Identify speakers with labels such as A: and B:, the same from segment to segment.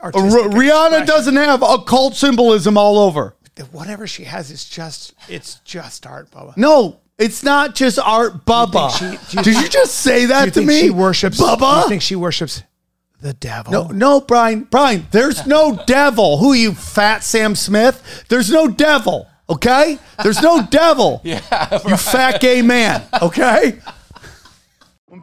A: R-
B: artistic.
A: Rihanna
B: expression.
A: doesn't have occult symbolism all over.
B: Whatever she has is just it's just art, Bubba.
A: No, it's not just art, Bubba.
B: think she- do you
A: Did
B: think-
A: you just say that
B: Do you
A: to
B: think
A: me?
B: she worships
A: Bubba.
B: Do you think she worships the devil?
A: No, no, Brian, Brian, there's no devil. Who are you, fat Sam Smith? There's no devil, okay? There's no devil. yeah. You fat gay man, okay? When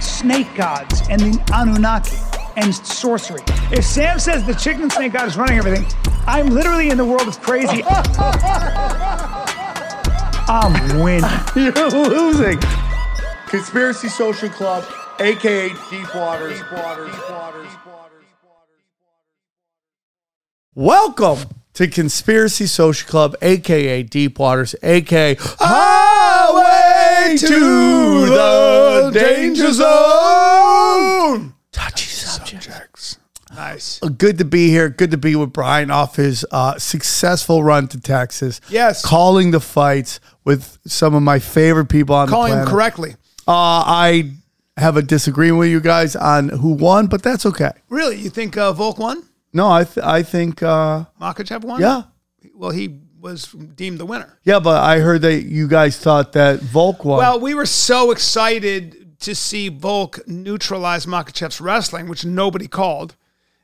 C: snake gods and the Anunnaki and sorcery. If Sam says the chicken snake god is running everything, I'm literally in the world of crazy. I'm winning.
D: You're losing.
E: Conspiracy Social Club, aka Deep Waters. Deep Waters. Deep Waters. Deep Waters.
A: Welcome to Conspiracy Social Club, aka Deep Waters, aka Highway to the Danger Zone. Touchy subjects.
B: Nice.
A: Good to be here. Good to be with Brian off his uh, successful run to Texas.
B: Yes.
A: calling the fights with some of my favorite people on
B: Calling
A: the
B: him
A: planet.
B: correctly.
A: Uh, I have a disagreement with you guys on who won, but that's okay.
B: Really, you think uh, Volk won?
A: No, I th- I think uh,
B: Makachev won?
A: yeah.
B: Well, he was deemed the winner.
A: Yeah, but I heard that you guys thought that Volk won.
B: Well, we were so excited to see Volk neutralize Makachev's wrestling, which nobody called.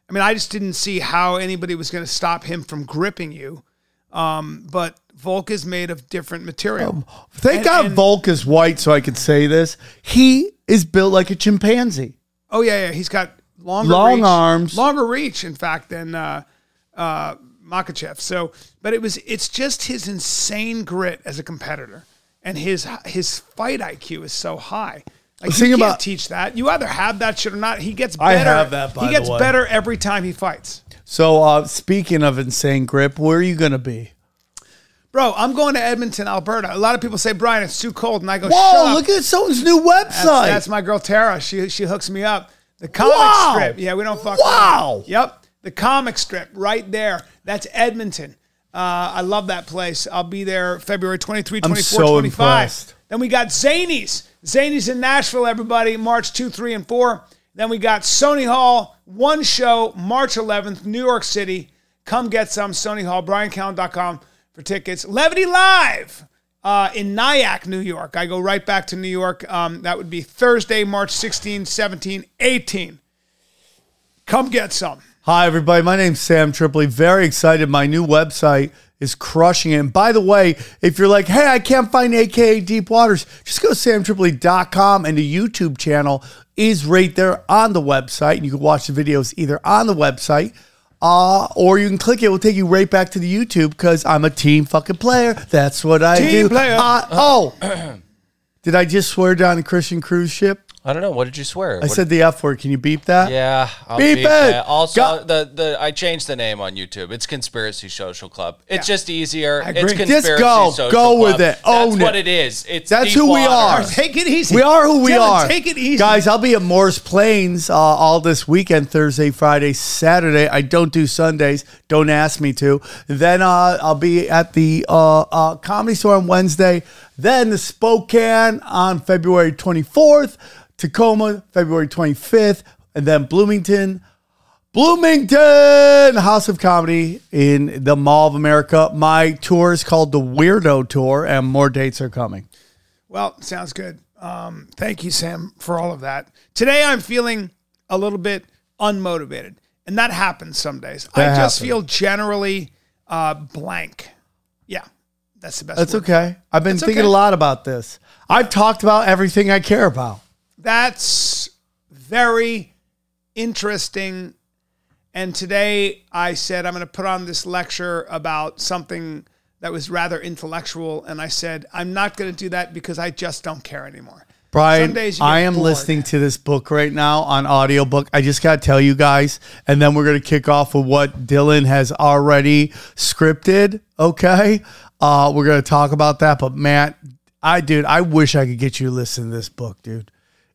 B: I mean, I just didn't see how anybody was going to stop him from gripping you. Um, but Volk is made of different
A: Um,
B: material.
A: thank
B: and-
A: God
B: and-
A: Volk is white, so I could say this. He is built like a chimpanzee.
B: oh yeah, yeah, he's got longer
A: Long
B: reach-
A: arms.
B: longer reach, in fact, than uh, uh, Makachev. So, but it was it's just his insane grit as a competitor, and his his fight IQ is so high. Like,
A: Think
B: you can't
A: about-
B: teach that. You either have that shit or not. He gets better.
A: I have that, by
B: he
A: the
B: gets
A: way.
B: better every time he fights.
A: So, uh, speaking of insane grip, where are you going to be?
B: Bro, I'm going to Edmonton, Alberta. A lot of people say, Brian, it's too cold, and I go, Shut
A: Whoa,
B: up.
A: look at someone's new website.
B: That's, that's my girl Tara. She she hooks me up. The comic
A: Wow.
B: strip. Yeah, we don't fuck.
A: Wow.
B: around. Yep. The comic strip right there. That's Edmonton. Uh, I love that place. I'll be there February 23, 24,
A: so
B: 25.
A: impressed.
B: Then we got Zanies. Zanies in Nashville, everybody, March 2, 3, and 4. Then we got Sony Hall, one show, March 11th, New York City. Come get some, Sony Hall, briancallen.com for tickets. Levity Live uh, in Nyack, New York. I go right back to New York. Um, that would be Thursday, March 16, 17, 18. Come get some.
A: Hi, everybody. My name's Sam Tripoli. Very excited. My new website is crushing it. And by the way, if you're like, hey, I can't find AKA Deep Waters, just go to samtripoli.com and the YouTube channel is right there on the website. And you can watch the videos either on the website uh, or you can click it. It will take you right back to the YouTube because I'm a team fucking player. That's what I
B: Team
A: do.
B: player.
A: I- oh, did I just swear down a Christian cruise ship?
F: I don't know. What did you swear?
A: I said the F word. Can you beep that?
F: Yeah, I'll
A: Beep it.
F: that. Also,
A: Go-
F: the the I changed the name on YouTube. It's Conspiracy Social Club. It's
B: Yeah.
F: just easier.
B: I
F: It's
B: agree.
F: conspiracy
A: Just go.
F: Social
A: Go
F: Club.
A: with it.
F: That's
A: Own
F: what
A: it.
F: it is. It's
A: That's
F: deep
A: who we
F: water.
A: are.
B: Take it easy.
A: We are who we
B: Tell him,
A: are.
B: Take it easy.
A: Guys, I'll be at Morris Plains uh, all this weekend Thursday, Friday, Saturday. I don't do Sundays. Don't ask me to. Then uh, I'll be at the uh, uh, Comedy Store on Wednesday. Then the Spokane on February 24th, Tacoma February 25th, and then Bloomington. Bloomington House of Comedy in the Mall of America. My tour is called the Weirdo Tour, and more dates are coming.
B: Well, sounds good. Um, thank you, Sam, for all of that. Today I'm feeling a little bit unmotivated, and that happens some days. I
A: That
B: just
A: happens.
B: feel generally uh, blank. Yeah, that's the best.
A: That's
B: word.
A: okay. I've been
B: It's
A: thinking
B: okay.
A: a lot about this. I've talked about everything I care about.
B: That's very interesting. And today I said I'm going to put on this lecture about something that was rather intellectual. And I said, I'm not going to do that because I just don't care anymore. Some
A: Brian,
B: days you get
A: I am
B: bored.
A: listening to this book right now on audiobook. I just got to tell you guys, and then we're going to kick off with what Dylan has already scripted. Okay. Uh, we're going to talk about that. But Matt, I, dude, I wish I could get you to listen to this book, dude.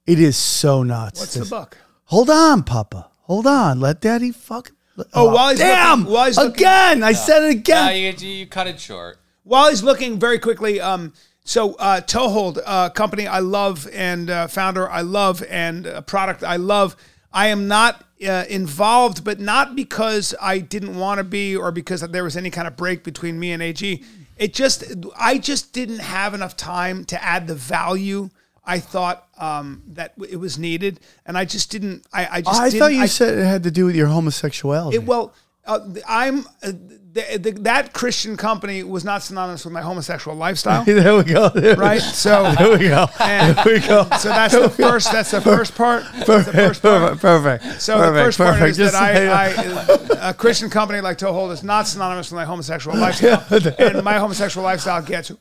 A: It is so nuts.
B: What's the
A: This-
B: book?
A: Hold on, Papa. Hold on. Let Daddy fuck.
B: Oh, while he's
A: damn!
B: looking- while he's looking-
A: again, I said it
F: Uh,
A: again.
F: you, you cut it short.
B: while he's looking very quickly um so uh toehold uh company i love and uh, founder i love and uh, product i love i am not uh, involved but not because i didn't want to be or because there was any kind of break between me and ag it just i just didn't have enough time to add the value i thought um, that it was needed and i just didn't i, I just
A: Oh, I
B: didn't,
A: thought you
B: I-
A: said it had to do with your homosexuality.
B: it- well, uh, th- I'm uh, th- th- that Christian company was not synonymous with my homosexual lifestyle,
A: there we go. There
B: right? So,
A: There we go.
B: and-
A: There we go.
B: so that's the first. That's the first part. That's the
A: Perfect.
B: first part.
A: Perfect. Perfect.
B: So the
A: perfect,
B: first part
A: perfect.
B: is that
A: say
B: I,
A: it.
B: I, a Christian company like Toehold is not synonymous with my homosexual lifestyle, and my homosexual lifestyle gets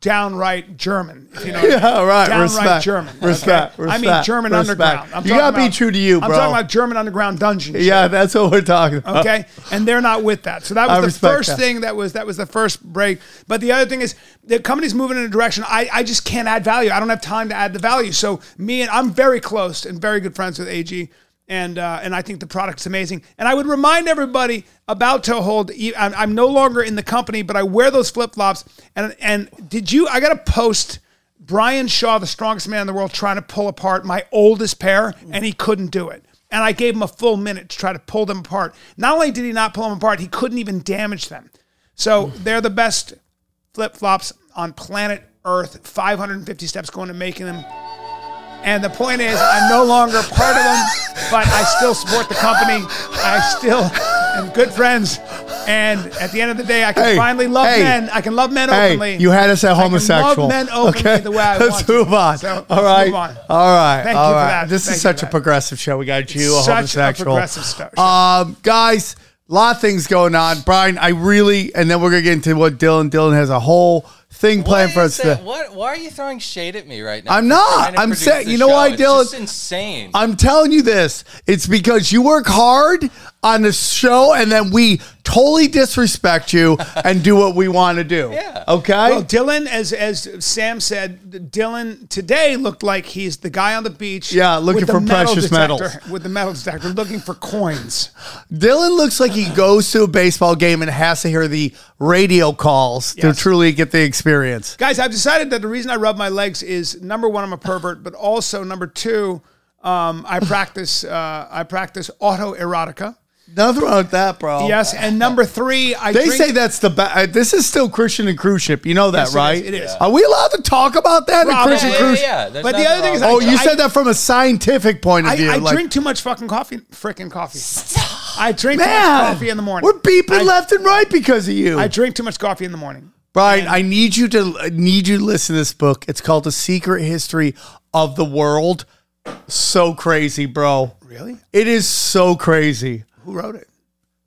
B: downright German. If you know, what I mean.
A: yeah, right.
B: downright
A: respect.
B: German. okay?
A: Respect.
B: I
A: Respect.
B: mean German
A: respect.
B: underground. I'm
A: you
B: talking
A: gotta be
B: about-
A: true to you, bro.
B: I'm talking about German underground dungeon. shit
A: yeah, that's what we're talking about.
B: okay and they're not with that so that
A: I
B: was the
A: respect
B: first
A: that.
B: thing that was that was the first break but the other thing is the company's moving in a direction I, I just can't add value i don't have time to add the value so me and i'm very close and very good friends with ag and uh, and i think the product's amazing and i would remind everybody about toehold E- I'm, I'm no longer in the company but i wear those flip-flops and and did you i got a post Brian Shaw, the strongest man in the world, trying to pull apart my oldest pair, and he couldn't do it. And I gave him a full minute to try to pull them apart. Not only did he not pull them apart, he couldn't even damage them. So they're the best flip flops on planet Earth. 550 steps going to making them. And the point is, I'm no longer part of them, but I still support the company. I still am good friends. And at the end of the day, I can
A: Hey,
B: finally love
A: hey.
B: men. I can love men openly.
A: Hey, you had us at
B: I can love
A: homosexual.
B: men openly
A: okay,
B: the way I
A: let's
B: want to.
A: move on.
B: So, let's
A: all right,
B: move on.
A: all right.
B: Thank
A: all
B: you for
A: right.
B: that.
A: This
B: Thank
A: is
B: you
A: such
B: for
A: a
B: that.
A: progressive show. We got you, a
B: Such a
A: homosexual.
B: progressive sto- show.
A: Um, guys, a lot of things going on. Brian, I really, and then we're gonna get into what Dylan. Dylan has a whole thing planned
F: Why
A: for
F: is
A: us.
F: that-
A: today.
F: What? Why are you throwing shade at me right now?
A: I'm
F: for
A: not.
F: trying to
A: I'm
F: produce
A: saying-
F: the
A: you know why,
F: show?
A: Dylan?
F: It's just insane.
A: I'm telling you this. It's because you work hard on the show, and then we totally disrespect you and do what we want to do.
F: Yeah.
A: Okay.
B: Well, Dylan, as as Sam said, Dylan today looked like he's the guy on the beach.
A: Yeah, looking
B: with the
A: for
B: metal
A: precious
B: detector-
A: metals.
B: With the metal detector, looking for coins.
A: Dylan looks like he goes to a baseball game and has to hear the radio calls to
B: Yes.
A: truly get the experience.
B: Guys, I've decided that the reason I rub my legs is number one, I'm a pervert, but also number two, um, I practice uh, I practice autoerotica.
A: Nothing wrong with that, bro.
B: Yes, and number three, I
A: They
B: drink-
A: say that's the best. This is still Christian and cruise ship. You know that,
B: Yes, it is.
A: right?
B: It is.
A: Are we allowed to talk about that? in
B: Rob,
A: Christian
B: yeah, yeah,
A: cruise.
F: yeah. There's
B: But the
F: nothing
B: other thing is,
F: wrong
A: Oh,
F: with
B: I,
A: you
B: I-
A: said that from a scientific point of
B: I,
A: view.
B: I
A: like-
B: drink too much fucking coffee, frickin' coffee. I drink too
A: Man,
B: much coffee in the morning.
A: We're beeping
B: I-
A: left and right because of you,
B: I drink too much coffee in the morning.
A: Brian. I need you to I need you to listen to this book. It's called The Secret History of the World. So crazy, bro.
B: Really?
A: It is so crazy.
B: Who wrote it?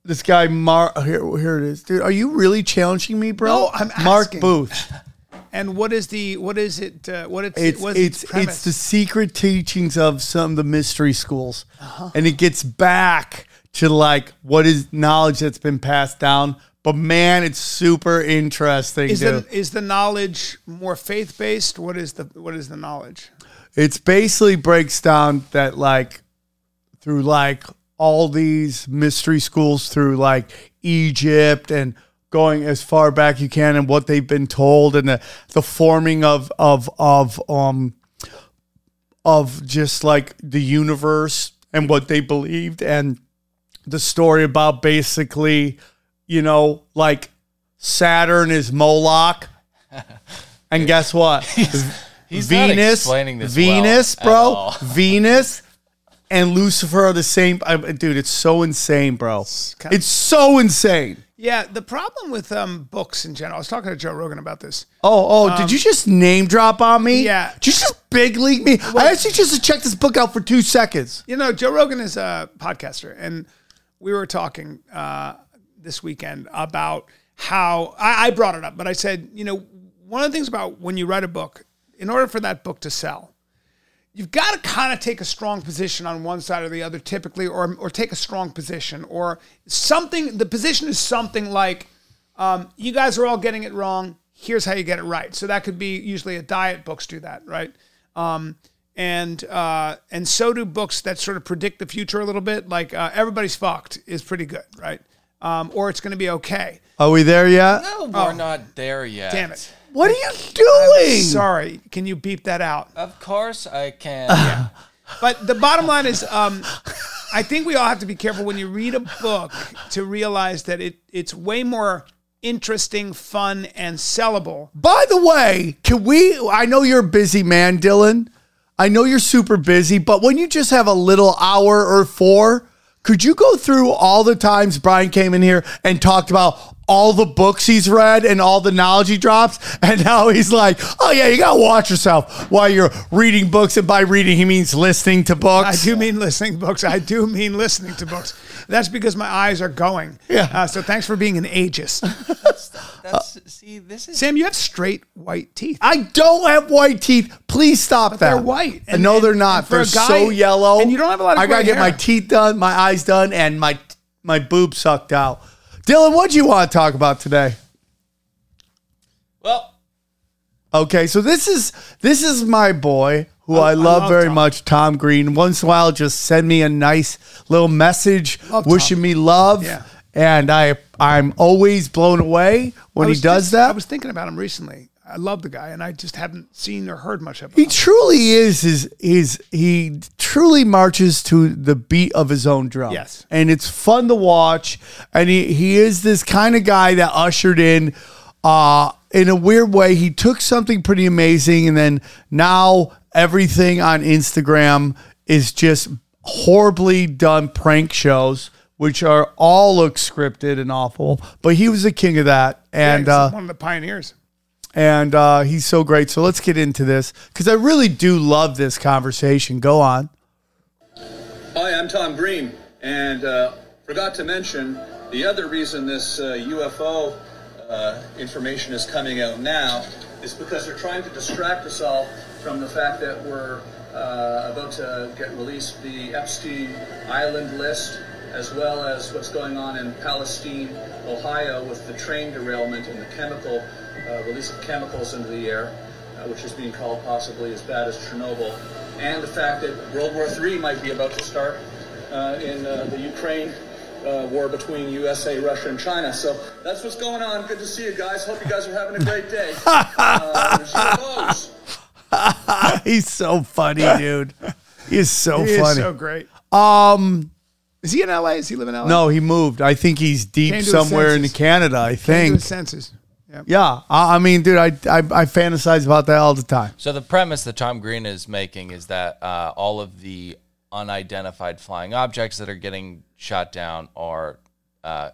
A: This guy Mark here here it is. Dude, are you really challenging me, bro?
B: No, I'm
A: Mark
B: asking.
A: Booth.
B: And what is the what is it? Uh, what it's,
A: It's
B: what is
A: it's it's the secret teachings of some of the mystery schools.
B: Uh-huh.
A: And it gets back to like what is knowledge that's been passed down. But man, it's super interesting,
B: is
A: dude.
B: the is the knowledge more faith based? What is the what is the knowledge?
A: it's basically breaks down that like through like all these mystery schools through like Egypt and going as far back you can and what they've been told and the, the forming of of of um of just like the universe and what they believed and the story about basically you know like Saturn is Moloch and guess what
F: He's not
A: Venus,
F: explaining this
A: Venus,
F: well
A: bro,
F: at all.
A: Venus, and Lucifer are the same. I, dude, it's so insane, bro. It's,
B: kind of-
A: so insane.
B: Yeah, the problem with um, books in general. I was talking to Joe Rogan about this.
A: Oh, oh,
F: Um,
A: did you just name drop on me?
B: yeah.
A: Did you just big league me? I asked you just to check this book out for two seconds.
B: You know, Joe Rogan is a podcaster, and we were talking uh, this weekend about how I, I brought it up, but I said, you know, one of the things about when you write a book, in order for that book to sell, you've got to kind of take a strong position on one side or the other typically or or take a strong position or something the position is something like um, you guys are all getting it wrong here's how you get it right so that could be usually a diet books do that right um, and uh, and so do books that sort of predict the future a little bit like uh, everybody's fucked is pretty good right um, or it's going to be okay
A: Are we there yet?
F: No, we're not there yet.
B: damn it
A: What are you doing?
B: sorry can you beep that out
F: Of course I can.
B: But the bottom line is, um, I think we all have to be careful when you read a book to realize that it it's way more interesting, fun, and sellable.
A: By the way, can we? I know you're a busy man, Dylan. I know you're super busy, but when you just have a little hour or four, could you go through all the times Brian came in here and talked about all the books he's read and all the knowledge he drops? And now he's like, oh, yeah, you got to watch yourself while you're reading books. And by reading, he means listening to
B: I
A: books.
B: do mean listening to books. I do mean listening to books. That's because my eyes are going.
A: Yeah.
B: Uh, so thanks for being an ageist,
F: That's, see, this is
B: Sam. You have straight white teeth.
A: I don't have white teeth. Please stop that.
B: they're white. And-
A: no,
B: and-
A: they're
B: and
A: not.
B: for
A: they're
B: a guy-
A: so yellow.
B: and you don't have a lot of
A: I gotta
B: gray
A: get my
B: hair.
A: teeth done, my eyes done, and my my boob sucked out. Dylan, what do you want to talk about today?
F: well.
A: Okay, so this is this is my boy who I,
B: I
A: love
B: love
A: very
B: Tom.
A: much, Tom Green. Once in a while, just send me a nice little message
B: Love Tom.
A: wishing me love.
B: Yeah.
A: And I I'm always blown away when
B: I
A: he
B: was
A: does
B: just-
A: that.
B: I was thinking about him recently. I love the guy, and I just haven't seen or heard much of him.
A: He truly is his his he truly marches to the beat of his own drum.
B: Yes.
A: And it's fun to watch. And he, he is this kind of guy that ushered in uh in a weird way. He took something pretty amazing and then now everything on Instagram is just horribly done prank shows, which are all look scripted and awful. But he was the king of that. And
B: He's
A: uh
B: one of the pioneers.
A: and uh, he's so great. So let's get into this because I really do love this conversation. Go on.
G: Hi, I'm Tom Green, and uh, forgot to mention the other reason this uh, UFO uh, information is coming out now is because they're trying to distract us all from the fact that we're uh, about to get released the Epstein Island list, as well as what's going on in Palestine, Ohio, with the train derailment and the chemical uh, release of chemicals into the air uh, which is being called possibly as bad as Chernobyl, and the fact that World War III might be about to start uh, in uh, the Ukraine uh, war between USA, Russia, and China. So that's what's going on. Good to see you guys. Hope you guys are having a great day. Uh, there's UFOs.
A: He's so funny, dude. He is so
B: He
A: funny.
B: is so great.
A: um,
B: Is he in L.A.? Is he living in L.A.?
A: no, he moved. I think he's
B: Came
A: deep
B: to his
A: somewhere in
B: senses.
A: Canada. I
B: Into
A: think.
B: his senses. Yeah.
A: Yeah, I, I mean, dude, I, I I fantasize about that all the time.
F: So the premise that Tom Green is making is that uh, all of the unidentified flying objects that are getting shot down are uh,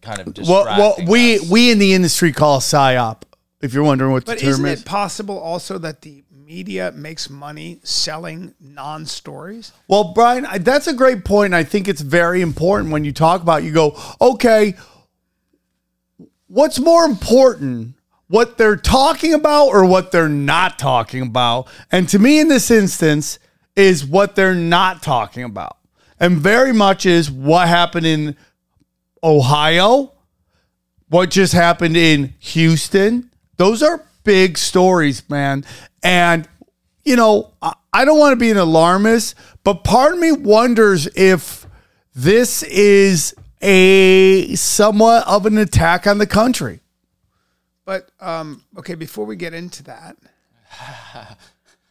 F: kind of
A: Well,
F: distracting
A: well, we
F: us.
A: we in the industry call psyop. If you're wondering what the
B: But
A: term
B: isn't
A: is,
B: it possible also that the media makes money selling non-stories?
A: Well, Brian, I- that's a great point, and I think it's very important when you talk about. It. You go, okay, what's more important, what they're talking about or what they're not talking about? And to me, in this instance, is what they're not talking about, and very much is what happened in Ohio, what just happened in Houston. Those are big stories, man, and you know, I- I don't want to be an alarmist, but part of me wonders if this is a somewhat of an attack on the country.
B: But um, okay, before we get into that,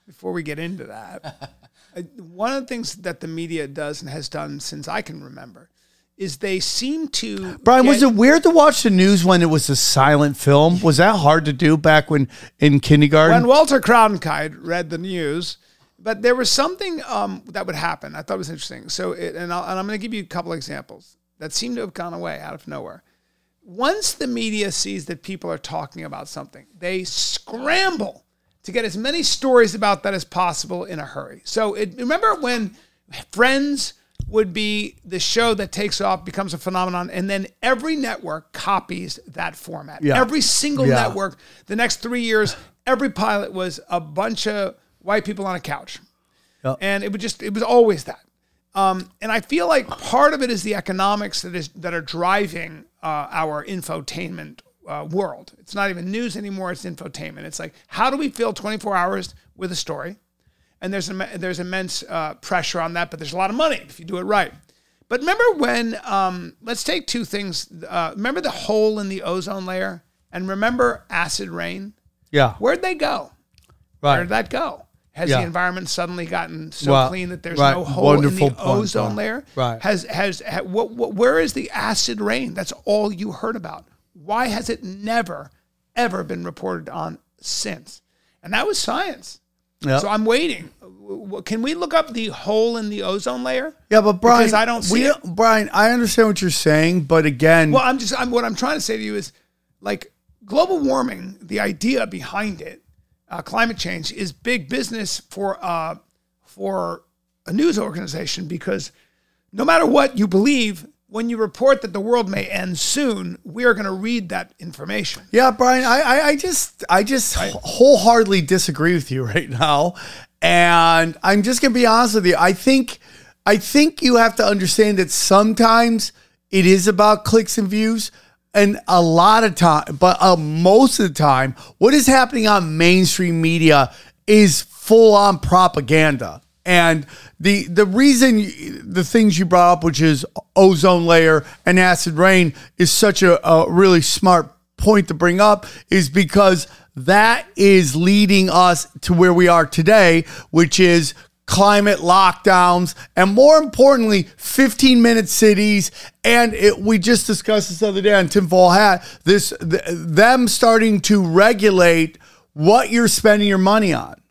B: before we get into that, I, one of the things that the media does and has done since I can remember is they seem to
A: Brian,
B: get-
A: was it weird to watch the news when it was a silent film? Was that hard to do back when in kindergarten?
B: when Walter Cronkite read the news, but there was something um, that would happen. I thought it was interesting. So, it, and, I'll, and I'm going to give you a couple examples that seem to have gone away out of nowhere. Once the media sees that people are talking about something, they scramble to get as many stories about that as possible in a hurry. So, it, remember when Friends would be the show that takes off, becomes a phenomenon, and then every network copies that format.
A: Yeah.
B: Every single
A: Yeah.
B: network network. The next three years, every pilot was a bunch of white people on a couch.
A: Yeah.
B: and it was just it was always that. Um, and I feel like part of it is the economics that is that are driving uh, our infotainment uh, world. It's not even news anymore; it's infotainment. It's like how do we fill 24 hours with a story? And there's imme- there's immense uh, pressure on that, but there's a lot of money if you do it right. But remember when? Um, let's take two things. Uh, remember the hole in the ozone layer, and remember acid rain.
A: Yeah.
B: Where'd they go? Where
A: Right.
B: did that go? Has
A: Yeah.
B: the environment suddenly gotten so
A: Well,
B: clean that there's
A: right.
B: no hole
A: Wonderful
B: in the
A: point,
B: ozone
A: Tom.
B: layer?
A: Right.
B: Has has ha, what, what? Where is the acid rain? That's all you heard about. Why has it never, ever been reported on since? And that was science.
A: Yeah.
B: So I'm waiting. W- w- Can we look up the hole in the ozone layer?
A: Yeah, but Brian,
B: Because I don't see
A: we
B: it.
A: Brian, I understand what you're saying, but again,
B: Well, I'm just I'm what I'm trying to say to you is like global warming, the idea behind it, uh, climate change is big business for uh for a news organization because no matter what you believe, when you report that the world may end soon, we are going to read that information.
A: yeah, Brian, I, I, I just, I just wholeheartedly disagree with you right now, and I'm just gonna be honest with you. I think, I think you have to understand that sometimes it is about clicks and views, and a lot of time, but uh, most of the time, what is happening on mainstream media is full on propaganda. And the the reason you- the things you brought up, which is ozone layer and acid rain, is such a, a really smart point to bring up, is because that is leading us to where we are today, which is climate lockdowns and more importantly 15 minute cities and it, we just discussed this the other day on Tim Fall hat this th- them starting to regulate what you're spending your money on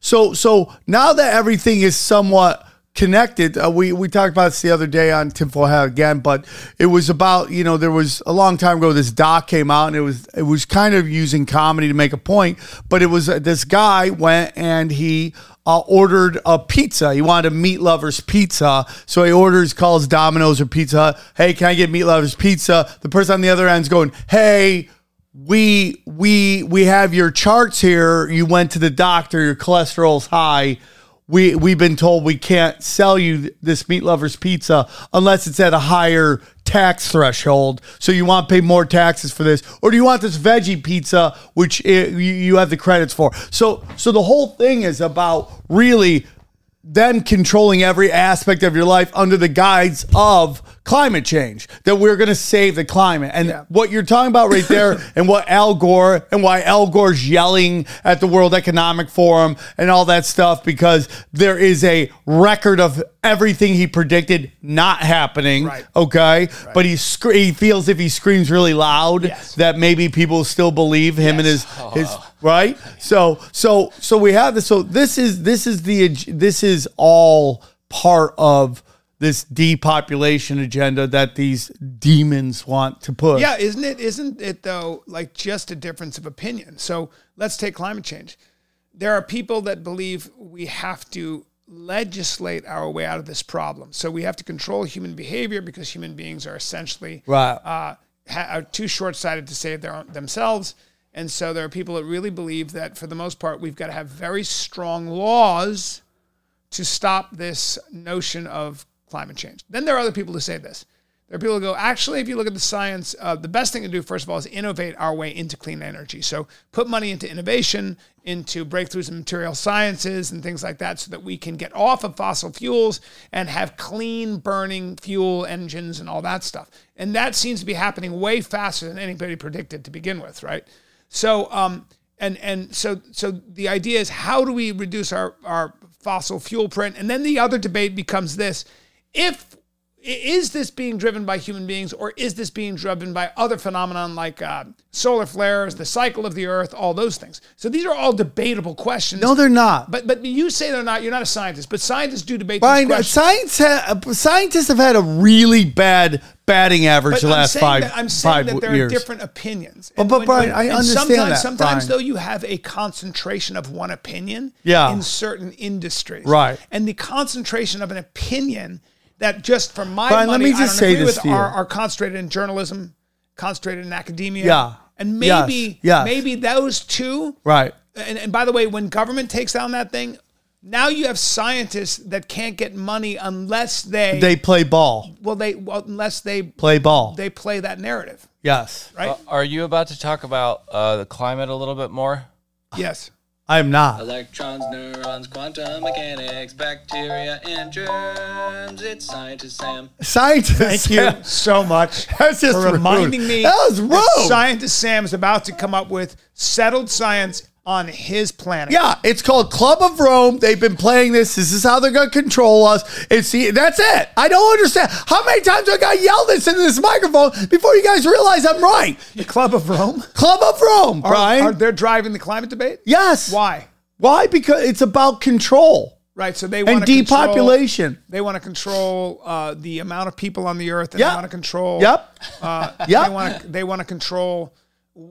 A: so so now that everything is somewhat connected, uh, we we talked about this the other day on Tinfoil Hat again, but it was about you know there was a long time ago this doc came out and it was it was kind of using comedy to make a point, but it was uh, this guy went and he. Uh, ordered a pizza. He wanted a meat lover's pizza. So he orders, calls Domino's or Pizza Hut. Hey, can I get meat lover's pizza? The person on the other end's going, Hey, we we we have your charts here. You went to the doctor. Your cholesterol's high. We we've been told we can't sell you this meat lovers pizza unless it's at a higher tax threshold. So you want to pay more taxes for this, or do you want this veggie pizza, which i you, you have the credits for? So so the whole thing is about really them controlling every aspect of your life under the guise of climate change that we're going to save the climate and what you're talking about right there and what al gore and why al gore's yelling at the world economic forum and all that stuff because there is a record of everything he predicted not happening
B: Right.
A: okay but he, scr- he feels if he screams really loud
B: Yes.
A: that maybe people still believe him and his his
B: Oh.
A: right so so so we have this so this is this is the ag- this is all part of this depopulation agenda that these demons want to push
B: Yeah, isn't it? Isn't it though? Like just a difference of opinion. So let's take climate change. There are people that believe we have to legislate our way out of this problem. So we have to control human behavior because human beings are essentially
A: right
B: uh, ha- are too short-sighted to save their own, themselves. And so there are people that really believe that for the most part we've got to have very strong laws to stop this notion of climate change. Then there are other people who say this. There are people who go, actually, if you look at the science, uh, the best thing to do, first of all, is innovate our way into clean energy. So put money into innovation, into breakthroughs in material sciences and things like that, so that we can get off of fossil fuels and have clean burning fuel engines and all that stuff. And that seems to be happening way faster than anybody predicted to begin with, right? So, um, and and so so the idea is how do we reduce our our fossil fuel print? And then the other debate becomes this: if i- is this being driven by human beings, or is this being driven by other phenomenon like uh, solar flares, the cycle of the Earth, all those things? So these are all debatable questions.
A: no they're not
B: But but you say they're not. You're not a scientist, but scientists do debate these
A: Brian, uh,
B: questions.
A: science ha- uh, scientists have had a really bad batting average
B: But
A: the
B: I'm
A: last
B: saying
A: five
B: that, I'm saying
A: five
B: that there
A: years.
B: are different opinions.
A: But-
B: And
A: but
B: when-
A: Brian, I
B: and
A: understand
B: sometimes,
A: that,
B: Sometimes
A: Brian.
B: though, you have a concentration of one opinion
A: Yeah.
B: in certain industries,
A: Right.
B: And the concentration of an opinion that just for my
A: Brian, let
B: money,
A: me
B: I don't
A: just say
B: agree
A: this
B: with
A: to you.
B: are, are concentrated in journalism, concentrated in academia,
A: Yeah.
B: and
A: Yes.
B: maybe
A: Yes.
B: maybe those two
A: right
B: and, and by the way, when government takes down that thing, Now you have scientists that can't get money unless they,
A: They play ball.
B: well they well, unless they
A: Play ball.
B: they play that narrative,
A: yes.
B: right?
F: Uh, are you about to talk about uh, the climate a little bit more?
B: yes.
A: I am not.
H: Electrons, neurons, quantum mechanics, bacteria, and germs. It's scientist Sam.
A: Scientists.
B: Thank you so much
A: That's just
B: for reminding
A: rude.
B: me
A: That was rude.
B: scientist Sam is about to come up with settled science on his planet.
A: Yeah, it's called Club of Rome. They've been playing this. This is how they're going to control us. It's the, that's it. I don't understand how many times I got yelled at into this microphone before you guys realize I'm right.
B: The Club of Rome.
A: Club of Rome,
B: Are,
A: Brian.
B: are they're driving the climate debate?
A: yes.
B: Why?
A: Why? Because it's about control
B: Right. So they want
A: and
B: to
A: depopulation.
B: Control, they want to control uh, the amount of people on the earth. And
A: Yeah.
B: They want to control.
A: Yep.
B: Uh,
A: Yep.
B: They want to. They want to control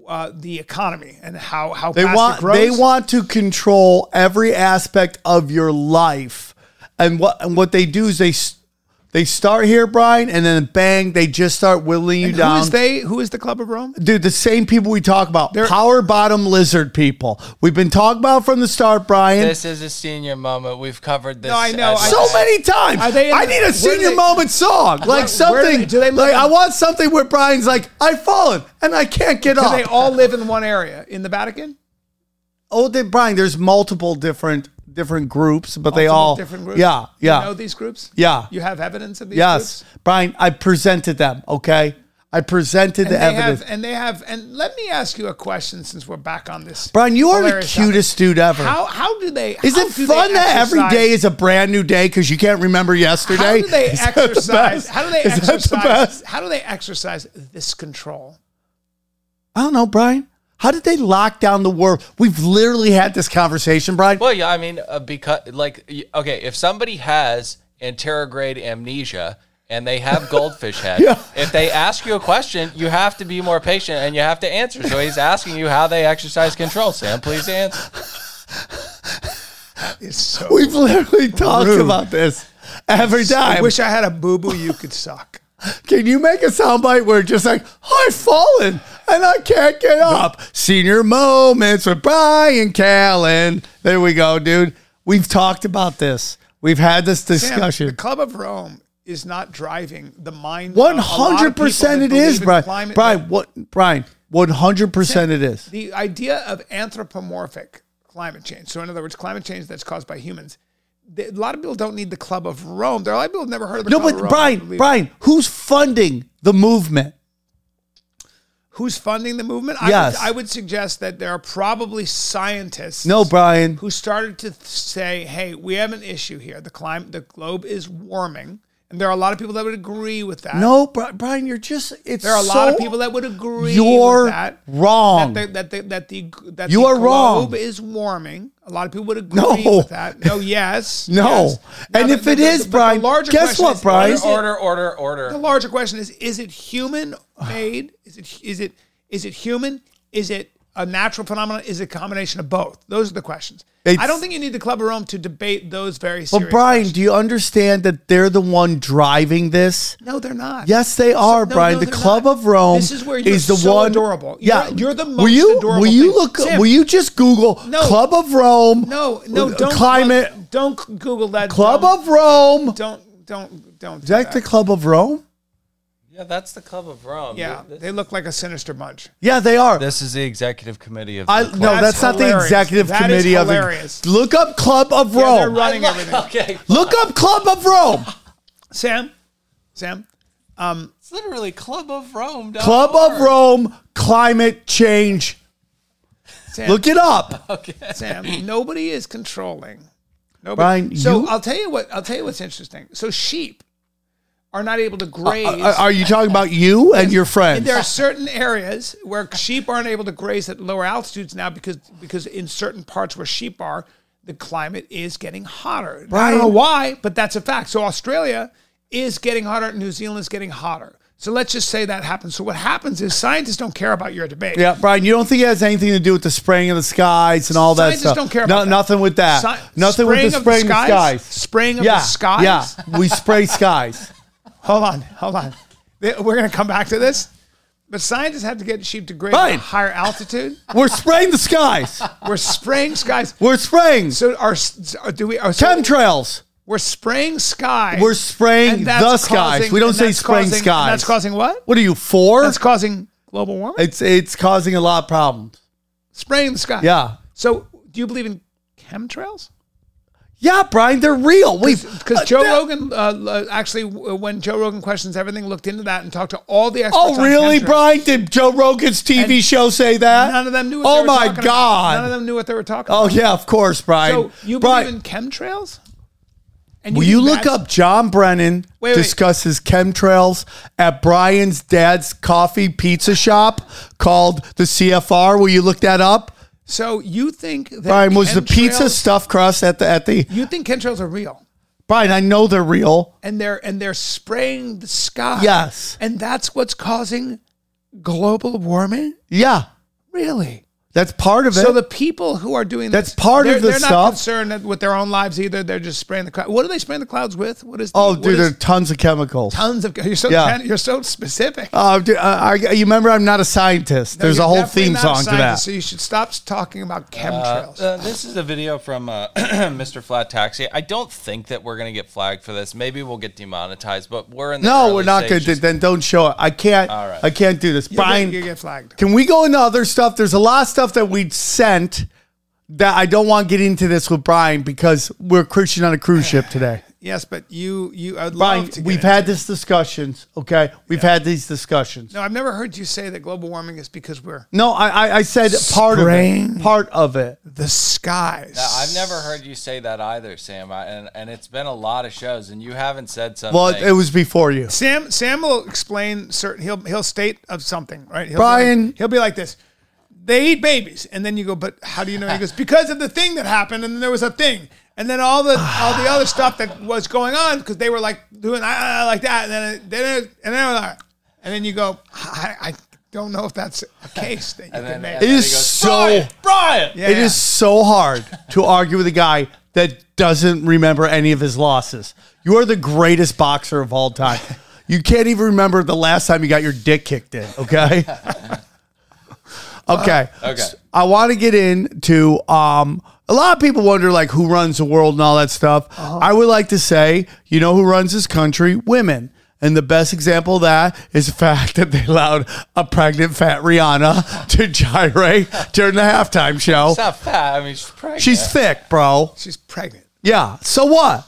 B: uh, the economy and how how
A: They
B: fast
A: want
B: it grows.
A: they want to control every aspect of your life, and what and what they do is they s- they start here, Brian, and then bang, they just start whittling you
B: And Who
A: down.
B: is they? Who is the Club of Rome?
A: Dude, the same people we talk about,
B: They're-
A: power bottom lizard people. We've been talking about from the start, Brian.
F: This is a senior moment. We've covered this.
B: I know.
F: at-
B: I-
A: so many times.
B: Are they in
A: I
B: the-
A: need
B: where
A: a
B: do
A: senior
B: they-
A: moment song, like
B: Where-
A: something.
B: where do they- do they
A: like
B: live
A: I
B: in-
A: want something where Brian's like, "I've fallen and I can't get
B: Do
A: up."
B: they all live in one area in the Vatican?
A: oh, they, Brian, there's multiple different different groups, but they
B: Multiple
A: all
B: different groups.
A: Yeah, yeah,
B: You know these groups.
A: yeah.
B: You have evidence of these.
A: yes,
B: Groups?
A: Brian, I presented them. Okay, I presented
B: And
A: the
B: they
A: evidence.
B: have, and they have, and let me ask you a question since we're back on this.
A: Brian, you are the
B: hilarious topic.
A: cutest dude ever.
B: How how do they?
A: Is
B: how
A: it
B: do they
A: fun that every
B: exercise-
A: day is a brand new day because you can't remember yesterday?
B: How do they
A: Is that the
B: exercise?
A: best?
B: How do they
A: Is that the
B: exercise?
A: best?
B: How do they exercise this control?
A: I don't know, Brian. How did they lock down the world? We've literally had this conversation, Brian.
F: Well, yeah, I mean, uh, because like, y- okay, if somebody has anterograde amnesia and they have goldfish head,
A: Yeah.
F: if they ask you a question, you have to be more patient and you have to answer. So he's asking you how they exercise control. Sam, please answer.
B: It's so.
A: We've literally talked
B: Rude.
A: about this every
B: I
A: time.
B: wish I had a boo boo you could suck.
A: Can you make a soundbite where it's just like, I've fallen and I can't get up? Senior moments with Brian Callen. There we go, dude. We've talked about this. We've had this
B: Damn,
A: discussion.
B: the Club of Rome is not driving the mind. of a lot
A: One
B: of
A: hundred percent,
B: people
A: it
B: that
A: is,
B: believe in
A: Brian.
B: climate-
A: Brian, what? Brian, one hundred percent, it is.
B: the idea of anthropomorphic climate change. So, in other words, climate change that's caused by humans. The- A lot of people don't need the Club of Rome. There are a lot of people who've never heard of the
A: No,
B: Club
A: but
B: of Rome.
A: Brian,
B: Believe-
A: Brian, who's funding the movement?
B: who's funding the movement?
A: Yes.
B: I would, I would suggest that there are probably scientists.
A: No, Brian.
B: who started to th- say, "Hey, we have an issue here. The climate, the globe is warming," and there are a lot of people that would agree with that.
A: No, Bri- Brian, you're just. It's
B: there are a lot of
A: so-
B: people that would agree.
A: You're
B: with that,
A: wrong.
B: That the, that the, that the that
A: You
B: the
A: are
B: globe
A: wrong.
B: is warming. A lot of people would agree
A: No.
B: with that. No, yes,
A: No.
B: yes. Now,
A: And
B: the-
A: if
B: the-
A: it
B: the-
A: is,
B: but the
A: Brian,
B: larger
A: guess
B: question
A: what,
B: is,
A: Brian?
B: is it-
F: Order, order, order.
B: the larger question is: Is it human made? Is it is it is it human? Is it a natural phenomenon? Is it a combination of both? Those are the questions. I
A: It's-
B: don't think you need the Club of Rome to debate those very.
A: But
B: serious
A: Brian,
B: questions.
A: do you understand that they're the one driving this?
B: No, they're not.
A: Yes, they are,
B: no,
A: Brian.
B: no,
A: the
B: they're
A: Club
B: not.
A: of Rome
B: This is where you're
A: is the
B: so
A: one
B: adorable.
A: Yeah,
B: You're- you're the
A: will
B: most
A: you,
B: adorable
A: Will you
B: thing.
A: look?
B: Sam.
A: Will you just Google
B: No.
A: Club of Rome?
B: No, no, don't
A: climate
B: Don't Google that.
A: Club
B: don't,
A: of Rome. Is
B: Don't don't don't. do
A: that the Club of Rome?
F: yeah, that's the Club of Rome.
B: yeah,
F: Th-
B: they look like a sinister bunch.
A: Yeah, they are.
F: This is the executive committee of.
A: I
F: the
A: no,
F: club.
A: that's,
B: That's
A: not the
B: hilarious.
A: executive
B: That is
A: committee of
B: hilarious.
A: it. Look up Club of
B: Yeah, they're
A: Rome.
B: running everything.
F: okay.
A: Look up Club of Rome.
B: Sam, Sam,
F: It's literally Club of Rome. dot
A: Club
F: org.
A: of Rome climate change.
B: Sam,
A: Look it up.
B: Sam. Nobody is controlling. Nobody.
A: Brian,
B: so
A: you-
B: I'll tell you what. I'll tell you what's interesting. So sheep are not able to graze.
A: Uh, Are, are you talking about you and your
B: And
A: friends?
B: there are certain areas where sheep aren't able to graze at lower altitudes now because because in certain parts where sheep are, the climate is getting hotter. I
A: Brian.
B: don't know why, but that's a fact. So Australia is getting hotter, New Zealand is getting hotter. So let's just say that happens. So what happens is scientists don't care about your debate.
A: Yeah, Brian, you don't think it has anything to do with the spraying of the skies and all that
B: Scientists
A: stuff?
B: don't care
A: No-
B: about that.
A: Nothing with that.
B: Sci-
A: nothing with the spraying of the skies.
B: Spraying of
A: yeah,
B: the skies.
A: Yeah, we spray skies.
B: Hold on, hold on. Th- We're going to come back to this. But scientists have to get sheep to graze
A: Fine.
B: at a higher altitude.
A: We're spraying the skies.
B: We're spraying skies.
A: We're spraying
B: So are s- do we? Are, so
A: chemtrails.
B: we're spraying skies.
A: We're spraying
B: and that's
A: the skies.
B: causing-
A: we don't
B: and
A: say
B: that's
A: spraying
B: causing- and
A: skies.
B: That's causing what?
A: What are you for?
B: That's causing global warming.
A: it's it's causing a lot of problems.
B: spraying the sky.
A: Yeah.
B: So do you believe in chemtrails?
A: Yeah, Brian, they're real. We
B: Because
A: uh,
B: Joe
A: that-
B: Rogan uh, uh, actually, w- when Joe Rogan questions everything, looked into that and talked to all the experts.
A: Oh,
B: on
A: really,
B: chemtrails.
A: Brian? Did Joe Rogan's TV
B: And
A: show say that?
B: None of them knew. What
A: Oh
B: they were
A: my
B: talking about.
A: God!
B: None of them knew what they were talking.
A: Oh
B: about.
A: yeah, of course, Brian.
B: So you
A: Brian,
B: believe in chemtrails? And
A: Will
B: think
A: you look
B: that's-
A: up John Brennan
B: Wait, wait.
A: discusses chemtrails at Brian's dad's coffee pizza shop called the CFR? Will you look that up?
B: So you think that
A: Brian, was the pizza
B: chemtrails-
A: stuffed crust at the at the
B: You think chemtrails are real?
A: Brian? I know they're real.
B: and they're and they're spraying the sky.
A: Yes.
B: And that's what's causing global warming?
A: Yeah,
B: Really?
A: that's part of it.
B: So the people who are doing this,
A: That's part of
B: they're-
A: the
B: they're
A: stuff.
B: not concerned with their own lives either. They're just spraying the clouds. What are they spraying the clouds with? What is the,
A: oh,
B: what
A: dude,
B: is
A: there are tons of chemicals.
B: tons of you're so
A: Yeah.
B: you're so specific.
A: Uh, dude, I, I, you remember, I'm not a scientist. There's
B: You're
A: a whole
B: definitely
A: theme
B: not a
A: song to that.
B: scientist, So you should stop talking about chemtrails.
F: Uh, this is a video from uh, Mr. Flat Taxi. I don't think that we're going to get flagged for this. Maybe we'll get demonetized, but we're in the
A: no,
F: early
A: we're not
F: stages.
A: good. Then don't show it. I can't.
F: All right.
A: I can't do this,
B: You're gonna-
A: Brian.
B: you get flagged.
A: Can we go into other stuff? There's a lot of stuff that we sent that I don't want to get into this with Brian because we're Christian on a cruise ship today.
B: Yes, but you you I'd
A: Brian,
B: love to. get
A: we've
B: into
A: had these discussions, okay? We've had these discussions.
B: No, I've never heard you say that global warming is because we're
A: No, I, I, I said part of
B: Spraying.
A: it. Part of it.
B: the skies.
F: Uh, I've never heard you say that either, Sam. I, and and it's been a lot of shows, and you haven't said something.
A: Well, it was before you.
B: Sam Sam will explain certain he'll he'll state of something, right? He'll be
A: Brian-
B: like, he'll be like this. They eat babies, and then you go, but how do you know? He goes because of the thing that happened, and then there was a thing, and then all the all the other stuff that was going on because they were like doing ah, ah, like that, and then it- then it- and then it was like- and then you go, I, I don't know if that's a case that you
F: And
B: can
F: then-
B: make.
F: and
A: It
F: then
A: is
F: he goes,
A: so-
F: Brian. Brian!
B: Yeah,
A: It
B: yeah.
A: is so hard to argue with a guy that doesn't remember any of his losses. You are the greatest boxer of all time. You can't even remember the last time you got your dick kicked in, okay? okay.
F: Okay.
A: I want to get into um a lot of people wonder like who runs the world and all that stuff.
B: Uh-huh.
A: I would like to say, you know who runs this country? Women. And the best example of that is the fact that they allowed a pregnant fat Rihanna to gyrate during the halftime show.
F: It's not fat. I mean, she's pregnant.
A: She's thick, bro.
B: She's pregnant.
A: Yeah. So what?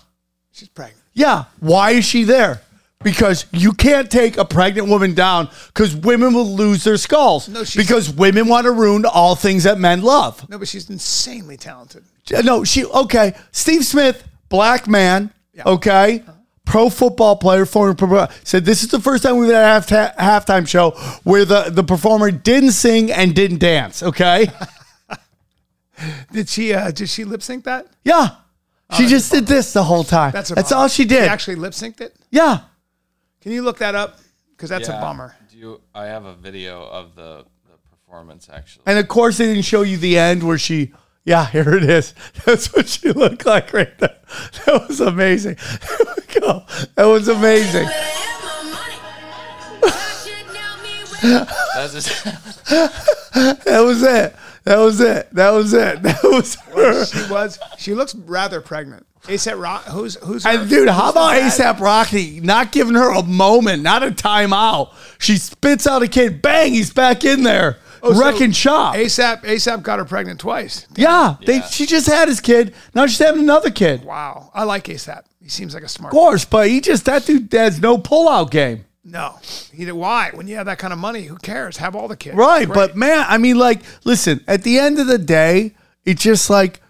B: She's pregnant.
A: Yeah. Why is she there? Because you can't take a pregnant woman down because women will lose their skulls.
B: No, she's-
A: because women want to ruin all things that men love.
B: No, but she's insanely talented.
A: No, she okay. Steve Smith, black man,
B: Yeah. Uh-huh.
A: okay, pro football player, former pro, said this is the first time we've had a half halftime show where the the performer didn't sing and didn't dance. Okay,
B: Did she uh, did she lip sync that?
A: yeah, she just did this the whole time.
B: Uh, That's
A: That's,
B: a bummer.
A: all she did.
B: She actually lip synked it.
A: yeah,
B: Can you look that up? Because that's
F: Yeah.
B: a bummer.
F: Do you, I have a video of the, the performance, actually.
A: and of course they didn't show you the end where she. Yeah, here it is. That's what she looked like right there. That was amazing. There we go. That was amazing.
F: That's just,
A: That was it. That was it. That was it. That was her.
B: She was. She looks rather pregnant. ASAP Rock. Who's who's? her-
A: And dude, how
B: who's
A: about
B: the dad?
A: ASAP Rocky not giving her a moment, not a timeout? She spits out a kid, bang, he's back in there,
B: so
A: wrecking shop.
B: ASAP ASAP got her pregnant twice.
A: yeah, they,
F: Yeah.
A: she just had his kid. Now she's having another kid. Of
B: Wow. I like ASAP. He seems like a smart. guy.
A: course, but he just that dude has no pullout game,
B: No. He did. Why? When you have that kind of money, who cares? Have all the kids.
A: right?
B: Great.
A: But man, I mean, like, listen, at the end of the day, it's just like